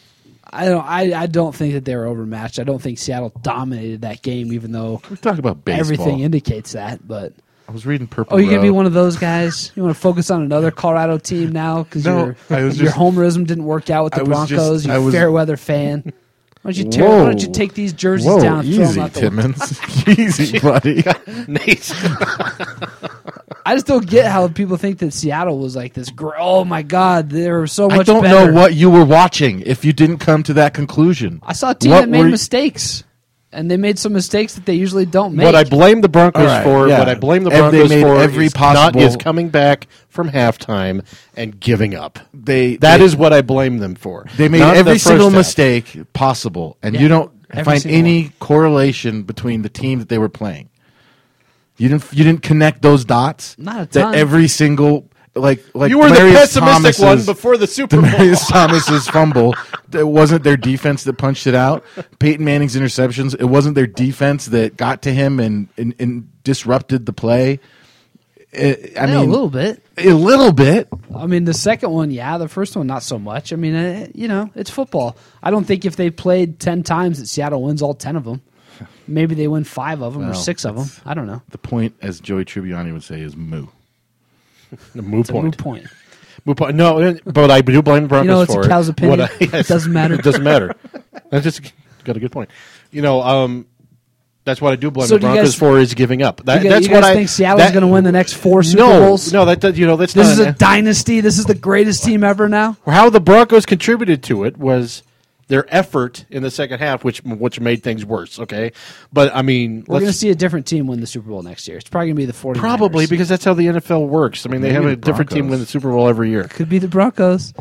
S3: I don't. I, I don't think that they were overmatched. I don't think Seattle dominated that game, even though
S1: we're talking about baseball.
S3: everything indicates that. But
S1: I was reading Purple.
S3: oh, you're gonna be
S1: Row.
S3: one of those guys. You want to focus on another Colorado team now because
S1: No, I
S3: your
S1: was
S3: your
S1: just-
S3: homerism didn't work out with the
S1: I was just-
S3: Broncos.
S1: I
S3: you
S1: was-
S3: fair weather fan. Why don't you tear? why don't you
S1: Whoa.
S3: take these jerseys
S1: Whoa,
S3: down? And throw them
S1: easy,
S3: out the window?
S1: Timmons. easy, buddy.
S4: Nate,
S3: I just don't get how people think that Seattle was like this. Gr- oh my God, they were so much.
S1: I don't
S3: better.
S1: know what you were watching if you didn't come to that conclusion.
S3: I saw a team
S1: What
S3: that
S1: were
S3: made
S1: you-
S3: mistakes, and they made some mistakes that they usually don't make.
S4: what I blame the Broncos
S1: All right,
S4: for,
S1: yeah.
S4: what I blame the
S1: And they
S4: Broncos
S1: made
S4: for,
S1: every
S4: is
S1: possible-
S4: not is coming back from halftime and giving up.
S1: They
S4: That
S1: they-
S4: is what I blame them for.
S1: They made
S4: Not the
S1: every
S4: first
S1: single
S4: half.
S1: mistake possible, and
S3: Yeah.
S1: you don't
S3: Every
S1: find
S3: single
S1: any correlation between the team that they were playing. You didn't. You didn't connect those dots.
S3: Not a ton.
S1: That every single like like
S4: You were the
S1: Demarius
S4: pessimistic one
S1: Thomas's-
S4: before the Super Bowl.
S1: Demarius Thomas's fumble. It wasn't their defense that punched it out. Peyton Manning's interceptions. It wasn't their defense that got to him and and, and disrupted the play. It- I
S3: Yeah,
S1: mean,
S3: a little bit.
S1: a little bit.
S3: I mean, the second one, yeah. The first one, not so much. I mean, uh, you know, it's football. I don't think if they played ten times that Seattle wins all ten of them. Maybe they win five of them or
S1: Well,
S3: six of them. I don't know.
S1: The point, as Joey Tribbiani would say, is moo.
S4: The moot
S3: It's a moot
S4: point.
S3: point.
S4: Mupa- no, but I do blame Broncos
S3: You know, it's
S4: for
S3: a cow's
S4: it. What
S3: opinion.
S4: I- yes.
S3: It doesn't matter.
S4: it doesn't matter. That's just got a good point. You know, um, that's what I do blame
S3: So
S4: the
S3: do you
S4: Broncos
S3: guys-
S4: for is giving up. That,
S3: you guys,
S4: that's
S3: you guys
S4: what I
S3: think Seattle's
S4: that-
S3: going to win the next four Super
S4: no,
S3: Bowls?
S4: No, Uh, that, that you know that's
S3: this
S4: not
S3: is
S4: an-
S3: a dynasty. This is the greatest team ever. Now
S4: how the Broncos contributed to it was their effort in the second half, which which made things worse. Okay, but I mean,
S3: we're
S4: let's-
S3: going to see a different team win the Super Bowl next year. It's probably going to be the 49ers.
S4: probably because that's how the NFL works. I mean, they
S1: Maybe
S4: have
S1: the
S4: a different team
S1: Broncos.
S4: win the Super Bowl every year.
S3: could be the Broncos.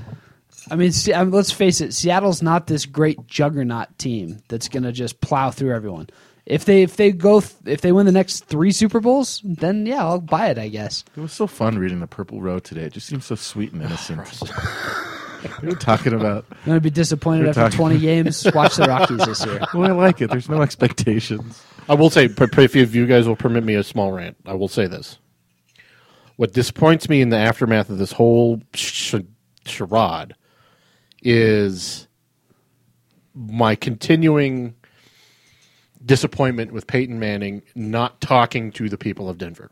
S3: I mean, see, I mean, let's face it. Seattle's not this great juggernaut team that's going to just plow through everyone. If they if they go th- if they win the next three Super Bowls, then yeah, I'll buy it. I guess.
S1: It was so fun reading the Purple Row today. It just seems so sweet and innocent. we were talking about.
S3: I'm going to be disappointed
S1: You're
S3: after
S1: talking-
S3: 20 games. Watch the Rockies this year.
S1: Well, I like it. There's no expectations.
S4: I will say, per- per- if you- if you guys will permit me a small rant, I will say this. What disappoints me in the aftermath of this whole sh- charade is my continuing disappointment with Peyton Manning not talking to the people of Denver.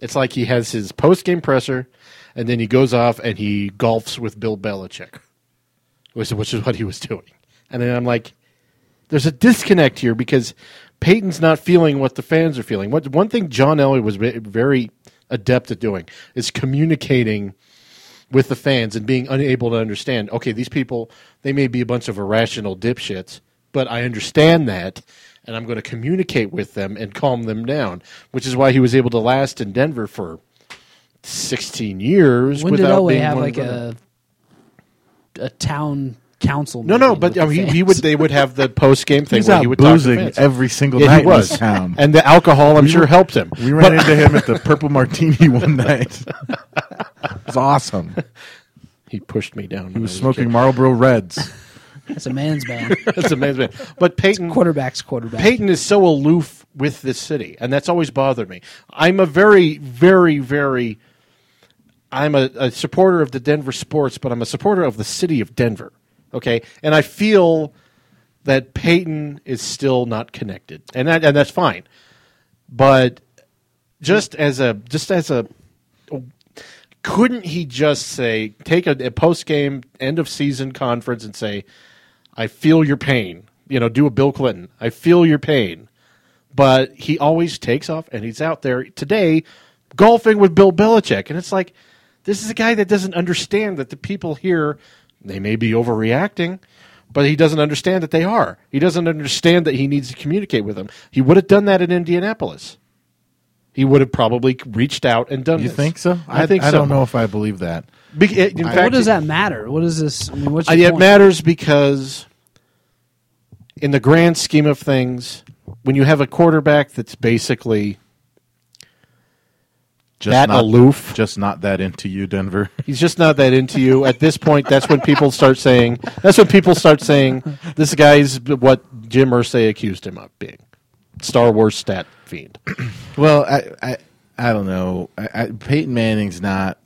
S4: It's like he has his post game presser, and then he goes off and he golfs with Bill Belichick, which, which is what he was doing. And then I'm like, there's a disconnect here because Peyton's not feeling what the fans are feeling. What one thing John Elway was ve- very adept at doing is communicating with the fans and being unable to understand. Okay, these people they may be a bunch of irrational dipshits, but I understand that, and I'm going to communicate with them and calm them down. Which is why he was able to last in Denver for 16 years
S3: When did
S4: without
S3: Elway
S4: being
S3: have
S4: one
S3: like
S4: of the-
S3: a a town council?
S4: No, no,
S3: meeting
S4: but
S3: with the
S4: I mean, he, he
S3: fans?
S4: would. They would have the post game thing
S1: He's
S4: where
S1: out
S4: he would
S1: boozing
S4: talk to fans.
S1: every single
S4: Yeah,
S1: night
S4: he was.
S1: in this town.
S4: and the alcohol, I'm sure, helped him.
S1: we ran into him at the Purple Martini one night. it was awesome.
S4: He pushed me down.
S1: He was smoking Marlboro Reds.
S3: That's a man's man.
S4: That's amazing. But Peyton,
S3: Quarterback's quarterback.
S4: Peyton is so aloof with this city, and that's always bothered me. I'm a very, very, very. I'm a, a supporter of the Denver sports, but I'm a supporter of the city of Denver. Okay, and I feel that Peyton is still not connected, and that, and that's fine. But just as a just as a couldn't he just say take a, a post game end of season conference and say I feel your pain. You know, do a Bill Clinton. I feel your pain. But he always takes off and he's out there today golfing with Bill Belichick. And it's like, this is a guy that doesn't understand that the people here, they may be overreacting, but he doesn't understand that they are. He doesn't understand that he needs to communicate with them. He would have done that in Indianapolis. He would have probably reached out and done
S1: You
S4: this.
S1: think so?
S4: I, think
S1: I
S4: so.
S1: don't know if I believe that.
S4: Be- in
S3: Well,
S4: fact,
S3: what does that matter? What is this? I mean, what's
S4: I-
S3: your
S4: it
S3: point?
S4: matters because, in the grand scheme of things, when you have a quarterback that's basically
S1: Just
S4: that
S1: not,
S4: aloof,
S1: Just not that into you, Denver.
S4: he's just not that into you. At this point, that's when people start saying, that's when people start saying, this guy's what Jim Irsay accused him of being Star Wars stat fiend.
S1: Well, I, I, I don't know. I, I, Peyton Manning's not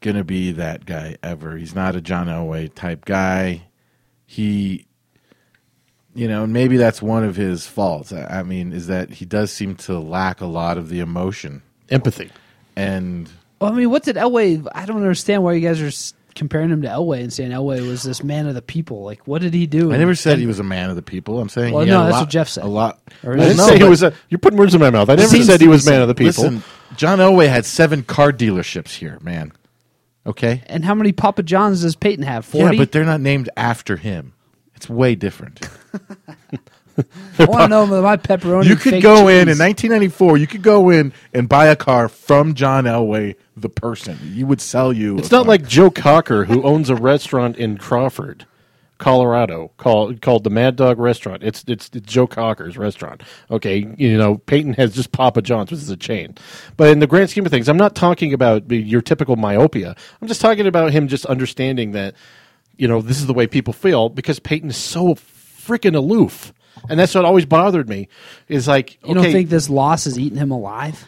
S1: going to be that guy ever. He's not a John Elway type guy. He, you know, and maybe that's one of his faults. I, I mean, is that he does seem to lack a lot of the emotion.
S4: Empathy.
S1: And
S3: Well, I mean, what did Elway? I don't understand why you guys are s- comparing him to Elway and saying Elway was this man of the people. Like, what did he do?
S1: I never said he was a man of the people. I'm saying
S3: Well,
S1: he
S3: no,
S1: had a
S3: that's
S1: lot-
S3: what Jeff said.
S1: A lot.
S3: Or
S4: I
S3: Well,
S4: didn't
S3: no,
S4: say he
S3: but-
S4: was a, you're putting words in my mouth. I never
S1: Seems
S4: said he
S1: to
S4: was
S1: be
S4: man of the people.
S1: Listen, John Elway had seven car dealerships here, man. Okay.
S3: And how many Papa Johns does Peyton have? Forty.
S1: Yeah, but they're not named after him. It's way different.
S3: I want to know about my pepperoni.
S1: you
S3: and
S1: could
S3: fake
S1: go in
S3: cheese.
S1: in 1994. You could go in and buy a car from John Elway, the person. You would sell you.
S4: It's
S1: a
S4: not
S1: car.
S4: like Joe Cocker, who owns a restaurant in Crawford, Colorado, called called the Mad Dog Restaurant. It's it's, it's Joe Cocker's restaurant. Okay, you know Peyton has just Papa John's, which is a chain. But in the grand scheme of things, I'm not talking about the- your typical myopia. I'm just talking about him just understanding that you know this is the way people feel because Peyton is so freaking aloof, and that's what always bothered me. Is like
S3: You
S4: okay,
S3: don't think this loss is eating him alive?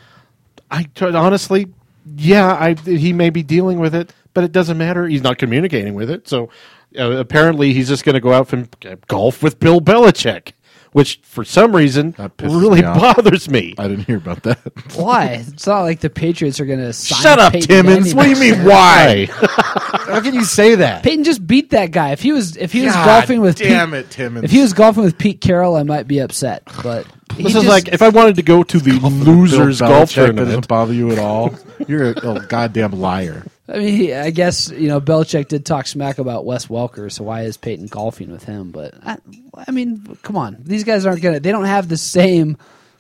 S4: I t- honestly, yeah, I he may be dealing with it, but it doesn't matter. He's not communicating with it, so uh, apparently he's just going to go out and uh, golf with Bill Belichick, which for some reason
S1: That pisses
S4: really
S1: me off.
S4: bothers me.
S1: I didn't hear about that.
S3: Why? It's not like the Patriots are going to
S1: Shut up, Timmons. What do you mean? Why? How can you say that?
S3: Peyton just beat that guy. If he was if he was
S1: God
S3: golfing with
S1: damn
S3: Pete,
S1: it, Timmons.
S3: If he was golfing with Pete Carroll, I might be upset. But he
S4: This is
S3: just-
S4: like if I wanted to go to the losers
S1: Bill
S4: golf
S1: Belichick, That
S4: tournament.
S1: doesn't bother you at all. You're a a goddamn liar.
S3: I mean, he, I guess you know Belichick did talk smack about Wes Welker, so why is Peyton golfing with him? But I, I mean, come on, these guys aren't gonna. They don't have the same,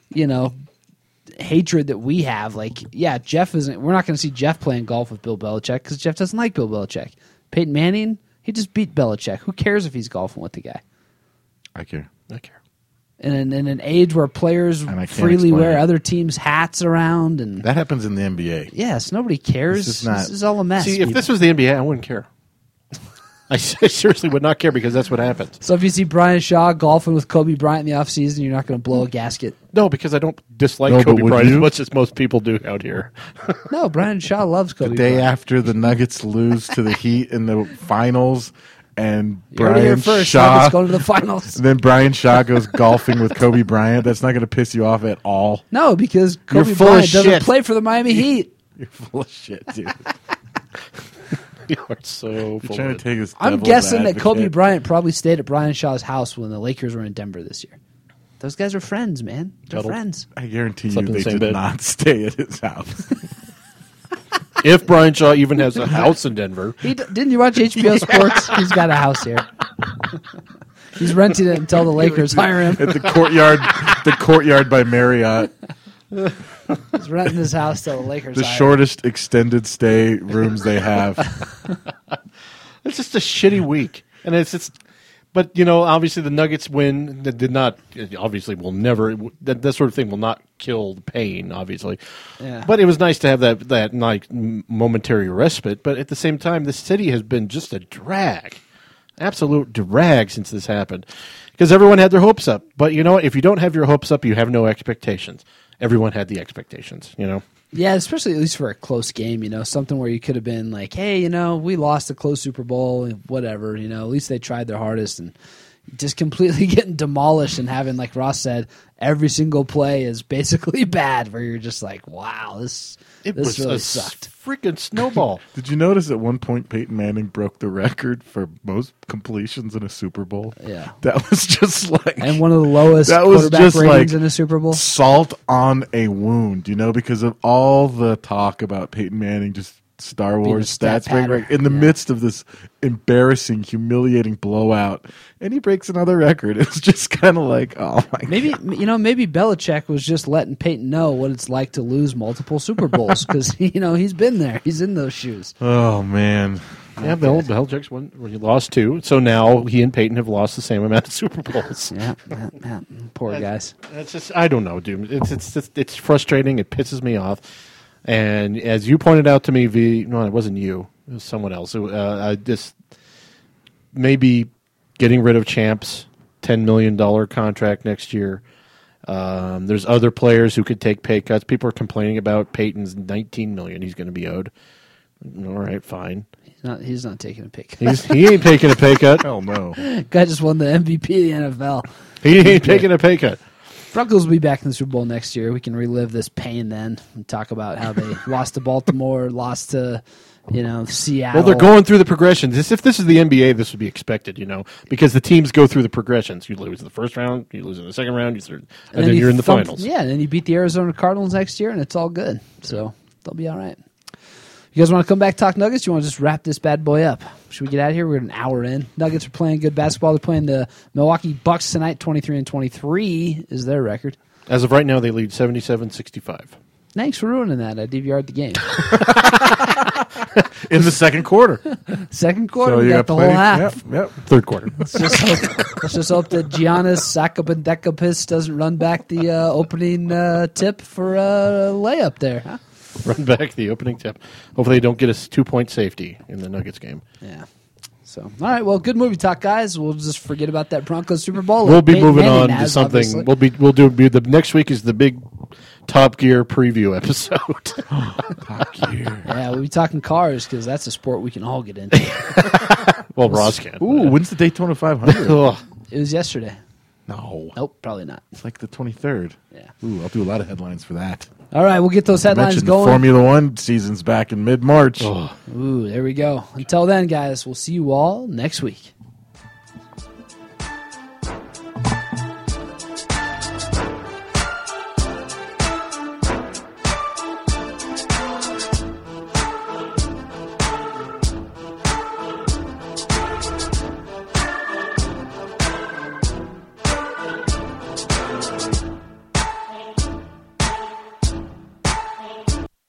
S3: you know, hatred that we have. Like, yeah, Jeff isn't. We're not gonna see Jeff playing golf with Bill Belichick because Jeff doesn't like Bill Belichick. Peyton Manning, he just beat Belichick. Who cares if he's golfing with the guy?
S1: I care.
S4: I care.
S3: And in, in an age where players
S1: And I can't
S3: freely
S1: explain
S3: wear
S1: it.
S3: other teams' hats around, and
S1: That happens in the NBA.
S3: yes, nobody cares.
S1: This
S3: This
S1: is
S3: is,
S1: not-
S3: all a mess.
S4: See, if
S3: people.
S4: this was the NBA, I wouldn't care. I seriously would not care because that's what happens.
S3: So if you see Brian Shaw golfing with Kobe Bryant in the offseason, you're not going to blow a gasket.
S4: No, because I don't dislike
S1: No, but
S4: Kobe
S1: would
S4: Bryant
S1: you?
S4: as much as most people do out here.
S3: No, Brian Shaw loves Kobe.
S1: The day uh,
S3: Bryant.
S1: after the Nuggets lose to the Heat in the finals, and
S3: You heard it here
S1: Brian
S3: first.
S1: Shaw,
S3: Nuggets going to the finals.
S1: then Brian Shaw goes golfing with Kobe Bryant. That's not going to piss you off at all.
S3: No, because
S1: You're
S3: Kobe
S1: full of
S3: Bryant doesn't
S1: shit.
S3: play for the Miami Heat.
S1: You're full of shit, dude.
S4: You are so
S1: You're
S4: full
S1: trying
S4: of
S1: to
S4: it.
S1: take this.
S3: I'm
S1: devil's
S3: guessing that
S1: advocate.
S3: Kobe Bryant probably stayed at Brian Shaw's house when the Lakers were in Denver this year. Those guys are friends, man. They're
S4: Cuddled.
S3: friends.
S1: I guarantee you,
S4: Slept in the
S1: they
S4: same
S1: did
S4: bed.
S1: not stay at his house.
S4: if Brian Shaw even has a house in Denver.
S3: He d- didn't you watch HBO Sports? He's got a house here. He's renting it until the Lakers hire him.
S1: at the courtyard, the courtyard by Marriott,
S3: He's renting his house till the Lakers
S1: the
S3: hire him.
S1: shortest extended stay rooms they have.
S4: It's just a shitty week, and it's just. But you know, obviously the Nuggets win. That did not. it Obviously, will never. That, that sort of thing will not kill the pain. Obviously,
S3: Yeah.
S4: but it was nice to have that that like m- momentary respite. But at the same time, the city has been just a drag, absolute drag since this happened, because everyone had their hopes up. But you know, what? if you don't have your hopes up, you have no expectations. Everyone had the expectations. You know,
S3: Yeah, especially at least for a close game, you know, something where you could have been like, hey, you know, we lost a close Super Bowl, whatever, you know, at least they tried their hardest and just completely getting demolished and having, like Ross said, every single play is basically bad where you're just like, wow, this,
S4: it
S3: this
S4: was
S3: really
S4: a
S3: sucked.
S4: freaking snowball.
S1: Did you notice at one point Peyton Manning broke the record for most completions in a Super Bowl?
S3: Yeah.
S1: that was just like
S3: And one of the lowest
S1: that was
S3: quarterback
S1: just
S3: ratings
S1: like
S3: in the Super Bowl.
S1: Salt on a wound, you know, because of all the talk about Peyton Manning just Star Wars
S3: stat
S1: stats break, break
S3: pattern,
S1: in the
S3: yeah.
S1: midst of this embarrassing, humiliating blowout, and he breaks another record. It's just kind of like, oh my
S3: Maybe you know, maybe Belichick was just letting Peyton know what it's like to lose multiple Super Bowls because you know he's been there, he's in those shoes.
S1: Oh man.
S4: Yeah, Bill Belichick's won. well, He lost two, so now he and Peyton have lost the same amount of Super Bowls.
S3: Yeah, yeah, yeah. poor guys.
S4: That's just I don't know, dude. It's it's just, it's frustrating. It pisses me off. And as you pointed out to me, V. No, it wasn't you. It was someone else. It, uh, I just maybe getting rid of Champs ten million dollar contract next year. Um, there's other players who could take pay cuts. People are complaining about Peyton's nineteen million he's going to be owed. All right, fine.
S3: He's not, he's not taking a pick.
S4: He's, he ain't taking a pay cut.
S1: Hell no.
S3: Guy just won the MVP of the NFL.
S4: He ain't taking a pay cut.
S3: Broncos will be back in the Super Bowl next year. We can relive this pain then and talk about how they lost to Baltimore, lost to, you know, Seattle.
S4: Well, they're going through the progressions. This, if this is the NBA, this would be expected, you know, because the teams go through the progressions. You lose in the first round, you lose in the second round, you third, and, then,
S3: he
S4: you're in the
S3: thumped-
S4: finals.
S3: Yeah, and then you beat the Arizona Cardinals next year, and it's all good. So they'll be all right. You guys want to come back talk Nuggets? You want to just wrap this bad boy up? Should we get out of here? We're an hour in. Nuggets are playing good basketball. They're playing the Milwaukee Bucks tonight. Twenty three and twenty three is their record.
S4: As of right now, they lead 77-65.
S3: Thanks for ruining that. I DVR'd the game.
S1: In the second quarter.
S3: Second quarter, we
S1: you
S3: got the whole
S1: plenty-
S3: half.
S1: Yep, yep.
S4: Third quarter.
S3: Let's just hope, let's just hope that Giannis Sakabendekapis doesn't run back the uh, opening uh, tip for a layup there. Huh?
S4: Run back the opening tip. Hopefully they don't get us two-point safety in the Nuggets game.
S3: Yeah. So, all right. Well, good movie talk, guys. We'll just forget about that Broncos Super Bowl.
S4: We'll be
S3: Peyton
S4: moving
S3: Manning
S4: on to
S3: has,
S4: something.
S3: obviously.
S4: We'll be we'll do be the next week is the big Top Gear preview episode.
S3: yeah, we'll be talking cars because that's a sport we can all get into.
S4: well, Ross can.
S1: Ooh, when's the Daytona 500?
S4: Ugh.
S3: it was yesterday.
S1: No.
S3: Nope, probably not.
S1: It's like the 23rd.
S3: Yeah.
S1: Ooh, I'll do a lot of headlines for that.
S3: All right, we'll get those headlines
S1: Mentioned
S3: going.
S1: the Formula One
S4: Oh,
S1: season's back in mid March.
S3: Ooh, there we go. Until then, guys, we'll see you all next week.